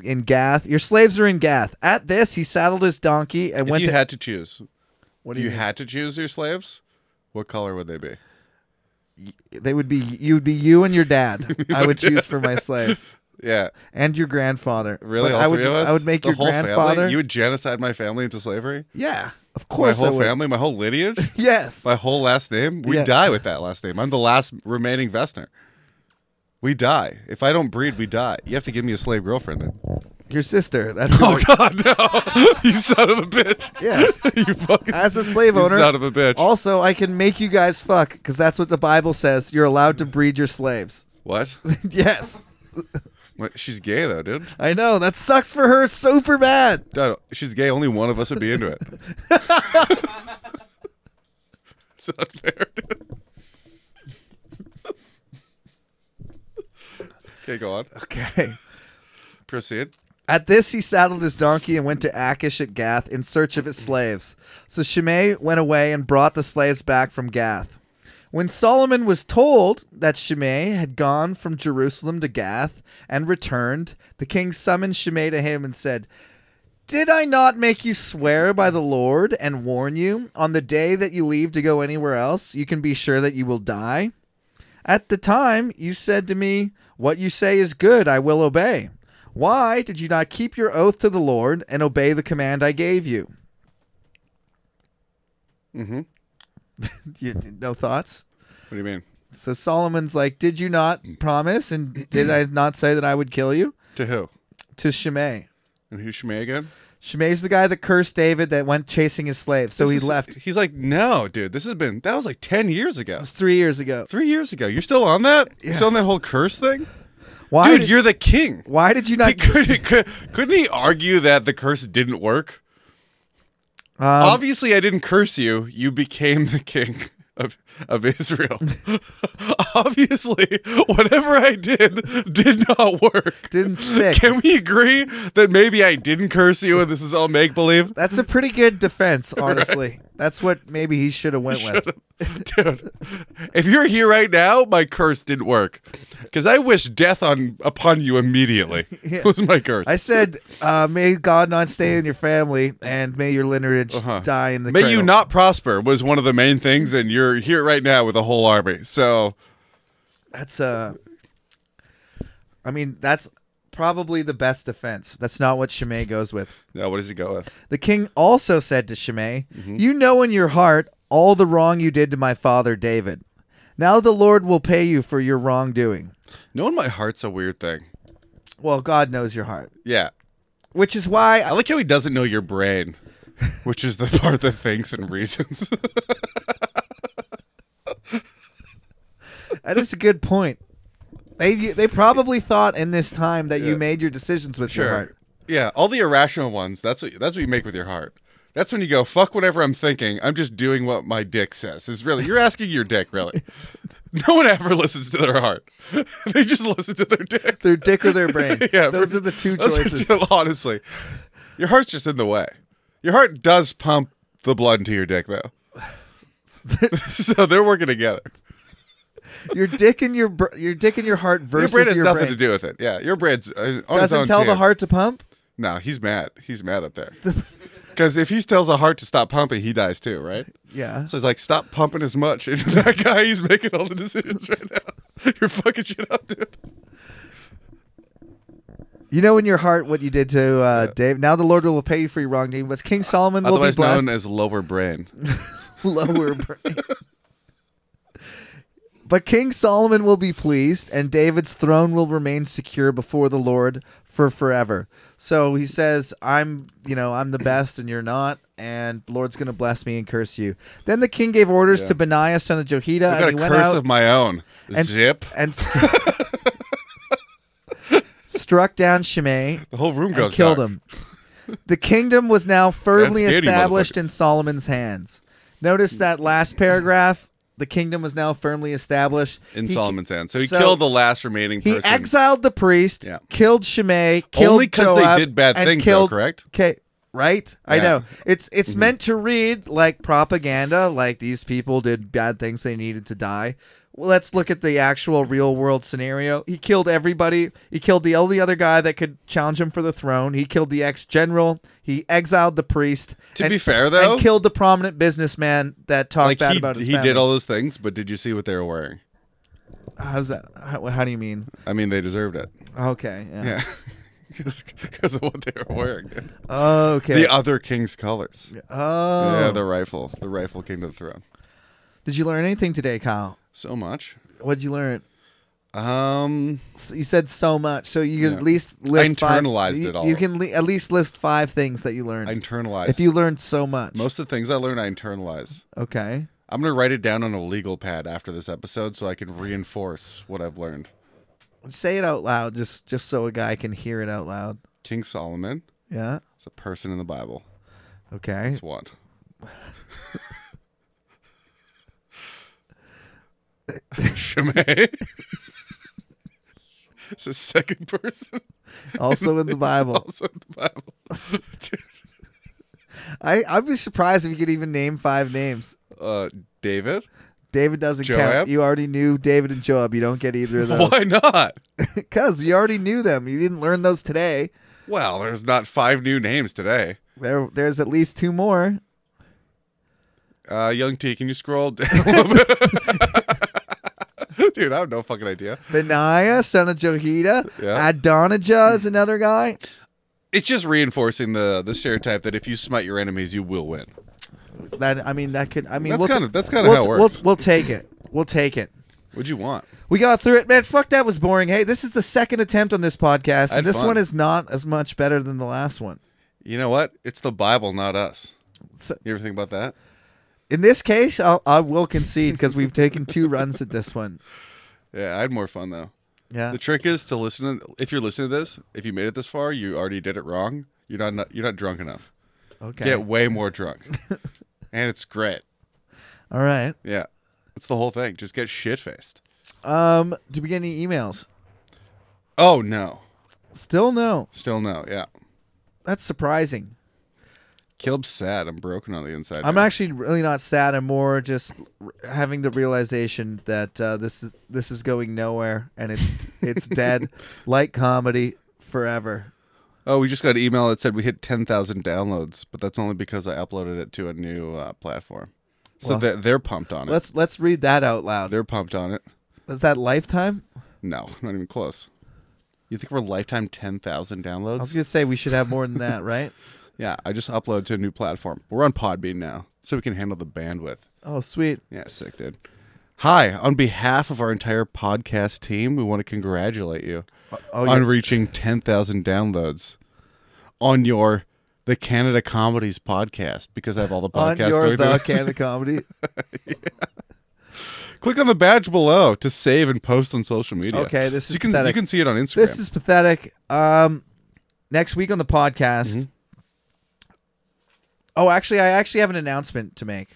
S1: in Gath, your slaves are in Gath. At this, he saddled his donkey and
S2: If
S1: went
S2: you
S1: to.
S2: had to choose,
S1: what
S2: if
S1: do
S2: you
S1: you?
S2: had to choose your slaves, what color would they be?
S1: They would be. You would be you and your dad. I would choose for my slaves
S2: Yeah,
S1: and your grandfather.
S2: really.
S1: But
S2: all
S1: I would.
S2: three of us.
S1: I would make
S2: The
S1: your
S2: whole family?
S1: grandfather.
S2: You would genocide my family into slavery.
S1: yeah, of
S2: My
S1: course I
S2: whole
S1: would.
S2: family, my whole lineage,
S1: Yes.
S2: my whole last name. We
S1: Yeah.
S2: die with that last name. I'm the last remaining Vestner. We die. If I don't breed, we die. You have to give me a slave girlfriend then.
S1: Your sister. That's who I-
S2: Oh, God, no! you son of a bitch.
S1: Yes.
S2: you fucking
S1: As a slave
S2: you
S1: owner,
S2: son of a bitch.
S1: Also, I can make you guys fuck because that's what the Bible says. You're allowed to breed your slaves.
S2: what?
S1: yes,
S2: What? She's gay though, dude.
S1: I know that sucks for her super bad.
S2: Dude, she's gay. Only one of us would be into it. it's not fair. Dude. okay, go on.
S1: Okay.
S2: Proceed.
S1: At this, he saddled his donkey and went to Achish at Gath in search of his slaves. So Shimei went away and brought the slaves back from Gath. When Solomon was told that Shimei had gone from Jerusalem to Gath and returned, the king summoned Shimei to him and said, Did I not make you swear by the Lord and warn you, on the day that you leave to go anywhere else, you can be sure that you will die? At the time, you said to me, What you say is good, I will obey. Why did you not keep your oath to the Lord and obey the command I gave you? Mm-hmm. no thoughts?
S2: What do you mean?
S1: So Solomon's like, Did you not promise? And did I not say that I would kill you?
S2: To who?
S1: To Shimei.
S2: And who's Shimei again?
S1: Shimei's the guy that cursed David that went chasing his slaves. So
S2: This
S1: he
S2: is-
S1: left. It
S2: He's like, no, dude. This has been that was like ten years ago.
S1: was three years ago.
S2: Three years ago. You're still on that? You're still on that whole curse thing?
S1: Why
S2: Dude,
S1: did,
S2: you're the king.
S1: why did you not?
S2: Could, could, couldn't he argue that the curse didn't work?
S1: Um,
S2: Obviously, I didn't curse you. You became the king of, of Israel. Obviously, whatever I did did not work.
S1: Didn't stick.
S2: Can we agree that maybe I didn't curse you and this is all make believe?
S1: That's a pretty good defense, honestly. That's what maybe he should have went with.
S2: Dude, if you're here right now, my curse didn't work. Because I wish death on upon you immediately.
S1: Yeah.
S2: was my curse.
S1: I said, uh, may God not stay in your family, and may your lineage
S2: Huh.
S1: die in the.
S2: Uh-huh. May you
S1: cradle."
S2: not prosper was one of the main things, and you're here right now with a whole army. So
S1: That's uh, I mean, that's probably the best defense. That's not what Shimei goes with.
S2: now what does he go with?
S1: The king also said to Shimei,
S2: Mm-hmm.
S1: "You know in your heart all the wrong you did to my father David. Now the Lord will pay you for your wrongdoing.
S2: Knowing my heart's a weird thing.
S1: Well, God knows your heart,
S2: Yeah.
S1: which is why
S2: I like how he doesn't know your brain, which is the part that thinks and reasons.
S1: That is a good point. They they probably thought in this time that
S2: Yeah.
S1: you made your decisions with your heart.
S2: Yeah, all the irrational ones, that's what that's what you make with your heart. That's when you go, fuck whatever I'm thinking. I'm just doing what my dick says. Is really you're asking your dick, really. No one ever listens to their heart. They just listen to their dick.
S1: Their dick or their brain. those
S2: for-
S1: are the two
S2: those are
S1: choices.
S2: two- honestly, your heart's just in the way. Your heart does pump the blood into your dick, though. so they're working together.
S1: your dick and your br- your dick and your heart
S2: Your
S1: versus
S2: brain has nothing
S1: brain.
S2: to do with it. Yeah, your brain's uh, on its
S1: Doesn't
S2: own
S1: tell the
S2: team.
S1: heart to pump.
S2: No, he's mad. He's mad up there. Because if he tells a heart to stop pumping, he dies too, right?
S1: Yeah.
S2: So he's like, stop pumping as much into that guy. He's making all the decisions right now. You're fucking shit up, dude.
S1: You know in your heart what you did to uh, Dave. Now the Lord will pay you for your wrongdoing, but King Solomon will be
S2: Otherwise
S1: blessed.
S2: known as lower brain.
S1: lower brain. But King Solomon will be pleased, and David's throne will remain secure before the Lord for forever. So he says, I'm, you know, I'm the best and you're not, and the Lord's going to bless me and curse you. Then the king gave orders to Benaiah, son of Jehoiada,
S2: I
S1: and
S2: got
S1: he
S2: a
S1: went
S2: curse
S1: out
S2: of my own.
S1: and s-
S2: Zip.
S1: and s- struck down Shimei
S2: the whole room
S1: and
S2: goes
S1: killed
S2: dark.
S1: him. The kingdom was now firmly
S2: That's dirty,
S1: established in
S2: motherfuckers.
S1: Solomon's hands. Notice that last paragraph. The kingdom was now firmly established
S2: in
S1: He-
S2: Solomon's hand. So he
S1: so
S2: killed the last remaining
S1: He
S2: person.
S1: exiled the priest,
S2: Yeah.
S1: killed Shimei, killed
S2: Only 'cause they
S1: Joab,
S2: did bad
S1: and
S2: things, though,
S1: killed,
S2: correct?
S1: Okay, right? I
S2: Yeah. Mm-hmm.
S1: know it's it's meant to read like propaganda, like these people did bad things, they needed to die. Well, let's look at the actual real world scenario. He killed everybody. He killed the only other guy that could challenge him for the throne. He killed the ex general. He exiled the priest.
S2: To
S1: and-
S2: be fair, though-
S1: and killed the prominent businessman that talked
S2: like
S1: bad
S2: he,
S1: about his
S2: he
S1: family.
S2: did all those things, but did you see what they were wearing?
S1: How's that? How, how do you mean?
S2: I mean, they deserved it.
S1: Okay. Yeah.
S2: Yeah. Because of what they were wearing. dude.
S1: Okay.
S2: The other king's colors.
S1: Oh.
S2: Yeah, the rifle. The rifle came to the throne.
S1: Did you learn anything today, Kyle?
S2: So much.
S1: What did you learn?
S2: Um,
S1: S- You said so much, so you could
S2: Yeah.
S1: at least list.
S2: internalized
S1: five, you-
S2: it all.
S1: You can le- at least list five things that you learned.
S2: I internalized.
S1: if you learned so much,
S2: Most of the things I learned, I internalize.
S1: okay.
S2: I'm going to write it down on a legal pad after this episode so I can reinforce what I've learned.
S1: Say it out loud, just just so a guy can hear it out loud.
S2: King Solomon
S1: Yeah.
S2: is a person in the Bible.
S1: Okay.
S2: It's what? Shimei. it's the second person
S1: Also in the Bible,
S2: also in the Bible. Dude.
S1: I I'd be surprised if you could even name five names.
S2: Uh, David?
S1: David doesn't
S2: Joab?
S1: count. You already knew David and Joab. You don't get either of those
S2: Why not?
S1: because you already knew them. You didn't learn those today.
S2: Well, there's not five new names today.
S1: There, there's at least two more.
S2: Uh, Young T, can you scroll down a little bit? Dude, I have no fucking idea.
S1: Benaiah, son of Jehoiada.
S2: Yeah.
S1: Adonijah is another guy.
S2: It's just reinforcing the the stereotype that if you smite your enemies, you will win.
S1: That I mean, that could. I mean,
S2: That's
S1: we'll ta-
S2: kinda- that's kinda
S1: we'll
S2: how it
S1: t-
S2: works.
S1: We'll, we'll take it. We'll take it.
S2: What'd you want?
S1: We got through it, man. Fuck, that was boring. Hey, this is the second attempt on this podcast,
S2: I had
S1: and this
S2: fun.
S1: one is not as much better than the last one.
S2: You know what? It's the Bible, not us.
S1: So-
S2: you ever think about that?
S1: In this case, I'll, I will concede because we've taken two runs at this one.
S2: Yeah, I had more fun though.
S1: Yeah,
S2: The trick is to listen. To, if you're listening to this, if you made it this far, you already did it wrong. You're not, not you're not drunk enough.
S1: okay,
S2: Get way more drunk, and it's great.
S1: all right.
S2: Yeah, it's the whole thing. Just get shit faced.
S1: Um, do we get any emails?
S2: Oh no,
S1: Still no.
S2: still no. Yeah,
S1: That's surprising.
S2: Kilb's sad. I'm broken on the inside.
S1: I'm
S2: now.
S1: actually really not sad. I'm more just r- having the realization that uh, this is this is going nowhere and it's it's dead, like comedy forever.
S2: Oh, we just got an email that said we hit 10,000 downloads, but that's only because I uploaded it to a new uh, platform. So
S1: Well,
S2: they're, they're pumped on it.
S1: Let's let's read that out loud.
S2: They're pumped on it.
S1: Is that Lifetime?
S2: No, not even close. You think we're lifetime 10,000 downloads?
S1: I was gonna say we should have more than that, right?
S2: Yeah, I just uploaded to a new platform. We're on Podbean now, so we can handle the bandwidth.
S1: Oh, sweet.
S2: Yeah, sick, dude. Hi, on behalf of our entire podcast team, we want to congratulate you
S1: oh,
S2: on
S1: yeah.
S2: reaching 10,000 downloads on your The Canada Comedies podcast because I have all the
S1: On
S2: podcasts
S1: your
S2: going through
S1: the
S2: this.
S1: can of comedy.
S2: Click on the badge below to save and post on social media.
S1: Okay, this is
S2: you can
S1: pathetic.
S2: you can see it on Instagram.
S1: This is pathetic. Um, next week on the podcast.
S2: Mm-hmm.
S1: Oh, actually, I actually have an announcement to make.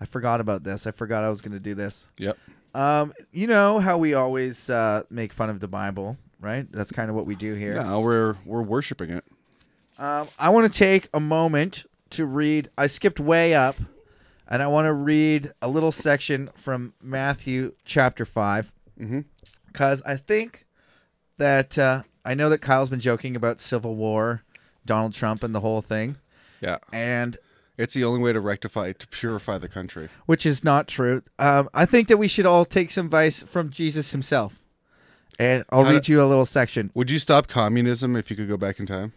S1: I forgot about this. I forgot I was gonna do this.
S2: yep.
S1: Um, you know how we always uh, make fun of the Bible, right? That's kind of what we do here.
S2: No, we're we're worshiping it.
S1: Um, I want to take a moment to read. I skipped way up, and I want to read a little section from Matthew chapter 5 because I think that uh, I know that Kyle's been joking about civil war, Donald Trump, and the whole thing,
S2: Yeah.
S1: and
S2: It's the only way to rectify, to purify the country.
S1: which is not true. Um, I think that we should all take some advice from Jesus himself. And I'll
S2: How
S1: read
S2: do-
S1: you a little section.
S2: Would you stop communism if you could go back in time?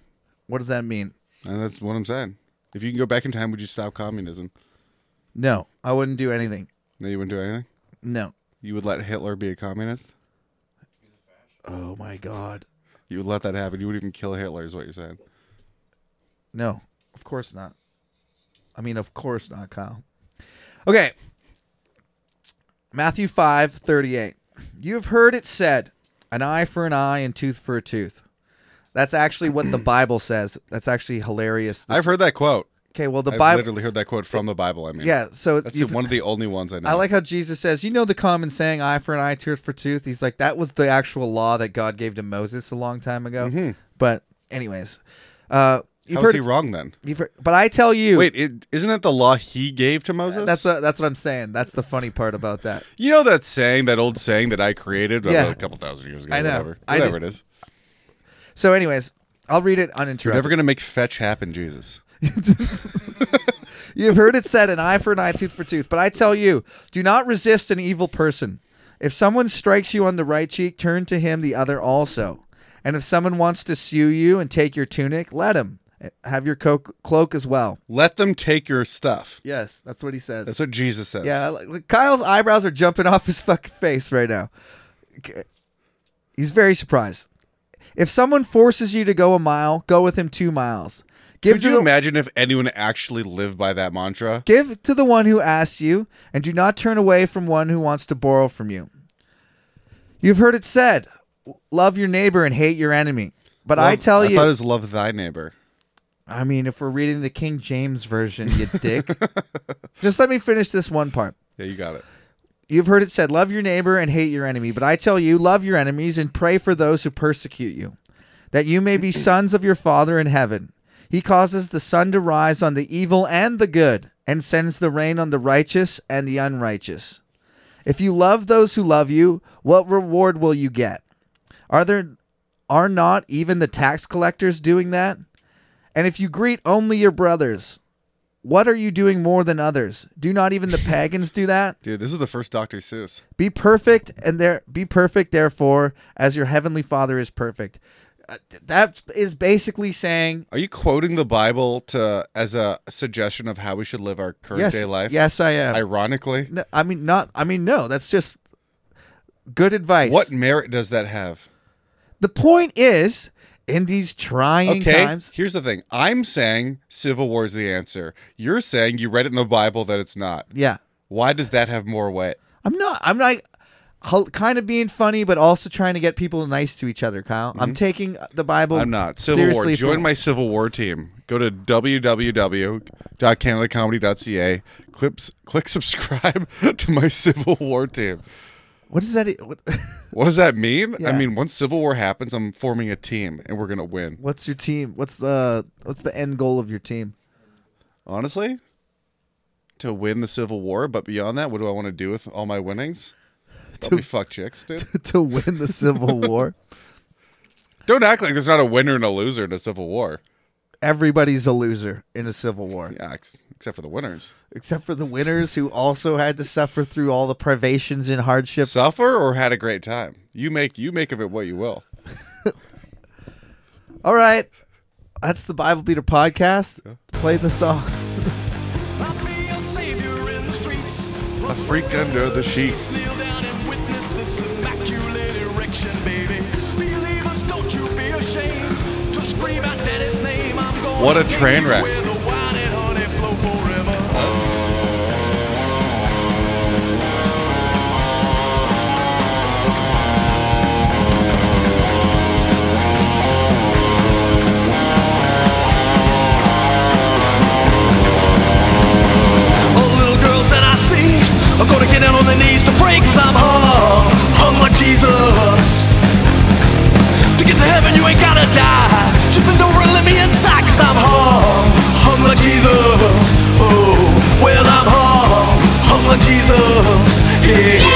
S1: What does that mean?
S2: And that's what I'm saying. If you can go back in time, would you stop communism?
S1: No, I wouldn't do anything.
S2: No, you wouldn't do anything?
S1: No.
S2: You would let Hitler be a communist?
S1: Oh my God.
S2: You would let that happen. You would even kill Hitler, is what you're saying.
S1: No, of course not. I mean, of course not, Kyle. Okay. Matthew five thirty eight. You have heard it said, an eye for an eye and tooth for a tooth. That's actually what the Bible says. That's actually hilarious.
S2: I've heard that quote.
S1: Okay, well, the
S2: I've
S1: Bible.
S2: literally heard that quote from the Bible. I mean,
S1: Yeah, so
S2: that's
S1: you've-
S2: one of the only ones I know.
S1: I like how Jesus says, you know, the common saying, eye for an eye, tooth for tooth. He's like, that was the actual law that God gave to Moses a long time ago. But, anyways, uh, you've
S2: Mm-hmm. How is
S1: heard,
S2: he
S1: it-
S2: wrong then?
S1: you've heard- but I tell you,
S2: Wait, it, isn't that the law he gave to Moses?
S1: that's what, that's what I'm saying. That's the funny part about that.
S2: you know that saying, that old saying that I created
S1: Yeah.
S2: uh, a couple thousand years ago.
S1: I know.
S2: Whatever,
S1: I
S2: whatever
S1: did-
S2: it is.
S1: So, anyways, I'll read it
S2: You're never
S1: uninterrupted.
S2: gonna make fetch happen, Jesus.
S1: You've heard it said, an eye for an eye, tooth for tooth. But I tell you, do not resist an evil person. If someone strikes you on the right cheek, turn to him the other also. And if someone wants to sue you and take your tunic, let him. Have your co- cloak as well.
S2: Let them take your stuff.
S1: Yes, that's what he says.
S2: That's what Jesus says.
S1: yeah, like, Kyle's eyebrows are jumping off his fucking face right now. Okay. He's very surprised. If someone forces you to go a mile, go with him two miles. Give
S2: Could
S1: to
S2: you
S1: the-
S2: imagine if anyone actually lived by that mantra?
S1: Give to the one who asks you, and do not turn away from one who wants to borrow from you. You've heard it said, love your neighbor and hate your enemy. But I
S2: Love-
S1: tell
S2: I
S1: you,
S2: thought it was love thy neighbor.
S1: I mean, if we're reading the King James version, you dick. Just let me finish this one part.
S2: Yeah, you got it.
S1: You've heard it said, love your neighbor and hate your enemy. But I tell you, love your enemies and pray for those who persecute you, that you may be sons of your Father in heaven. He causes the sun to rise on the evil and the good, and sends the rain on the righteous and the unrighteous. If you love those who love you, what reward will you get? Are there are not even the tax collectors doing that? And if you greet only your brothers, what are you doing more than others? Do not even the pagans do that?
S2: Dude, this is the first Dr. Seuss.
S1: Be perfect and there be perfect therefore as your heavenly father is perfect. Uh, th- that is basically saying
S2: Are you quoting the Bible to as a suggestion of how we should live our current
S1: yes,
S2: day life?
S1: yes I am. No,
S2: Ironically,
S1: I, mean not I mean no, that's just good advice.
S2: what merit does that have?
S1: the point is in these trying
S2: Okay,
S1: times
S2: here's the thing. I'm saying civil war is the answer. You're saying you read it in the Bible that it's not.
S1: yeah.
S2: Why does that have more weight?
S1: I'm not I'm not hol- kind of being funny but also trying to get people nice to each other, Kyle. I'm taking the Bible
S2: Mm-hmm. I'm not. Civil
S1: seriously
S2: War. Join
S1: for-
S2: my Civil War team. Go to www.canadacomedy.ca. Clips, click subscribe to my Civil War team.
S1: What is that? e- What,
S2: What does that mean? I
S1: Yeah.
S2: mean, once Civil War happens, I'm forming a team and we're going to win.
S1: what's your team? What's the what's the end goal of your team?
S2: Honestly, to win the Civil War, but beyond that, what do I want to do with all my winnings? Probably fuck chicks, dude.
S1: to win the Civil War.
S2: Don't act like there's not a winner and a loser in a Civil War.
S1: everybody's a loser in a civil war
S2: Yeah, ex- except for the winners.
S1: except for the winners who also had to suffer through all the privations and hardship
S2: Suffer or had a great time. You make you make of it what you will.
S1: all right that's the bible beater podcast play the song
S3: I'll be a savior in the streets.
S2: A freak under the sheets.
S3: Kneel down and witness this immaculate erection, baby. Believers, don't you be ashamed to scream out daddy's name. I'm going
S2: What a
S3: take
S2: train
S3: you
S2: wreck. Oh.
S3: Where the wine and honey flow forever. All the little girls that I see are gonna get down on their knees to pray cause I'm hung, hung like Jesus. To get to heaven, you ain't gotta die. Just bend over and let me inside cause I'm hung, hung like Jesus. Oh, well, I'm hung, hung like Jesus. Yeah.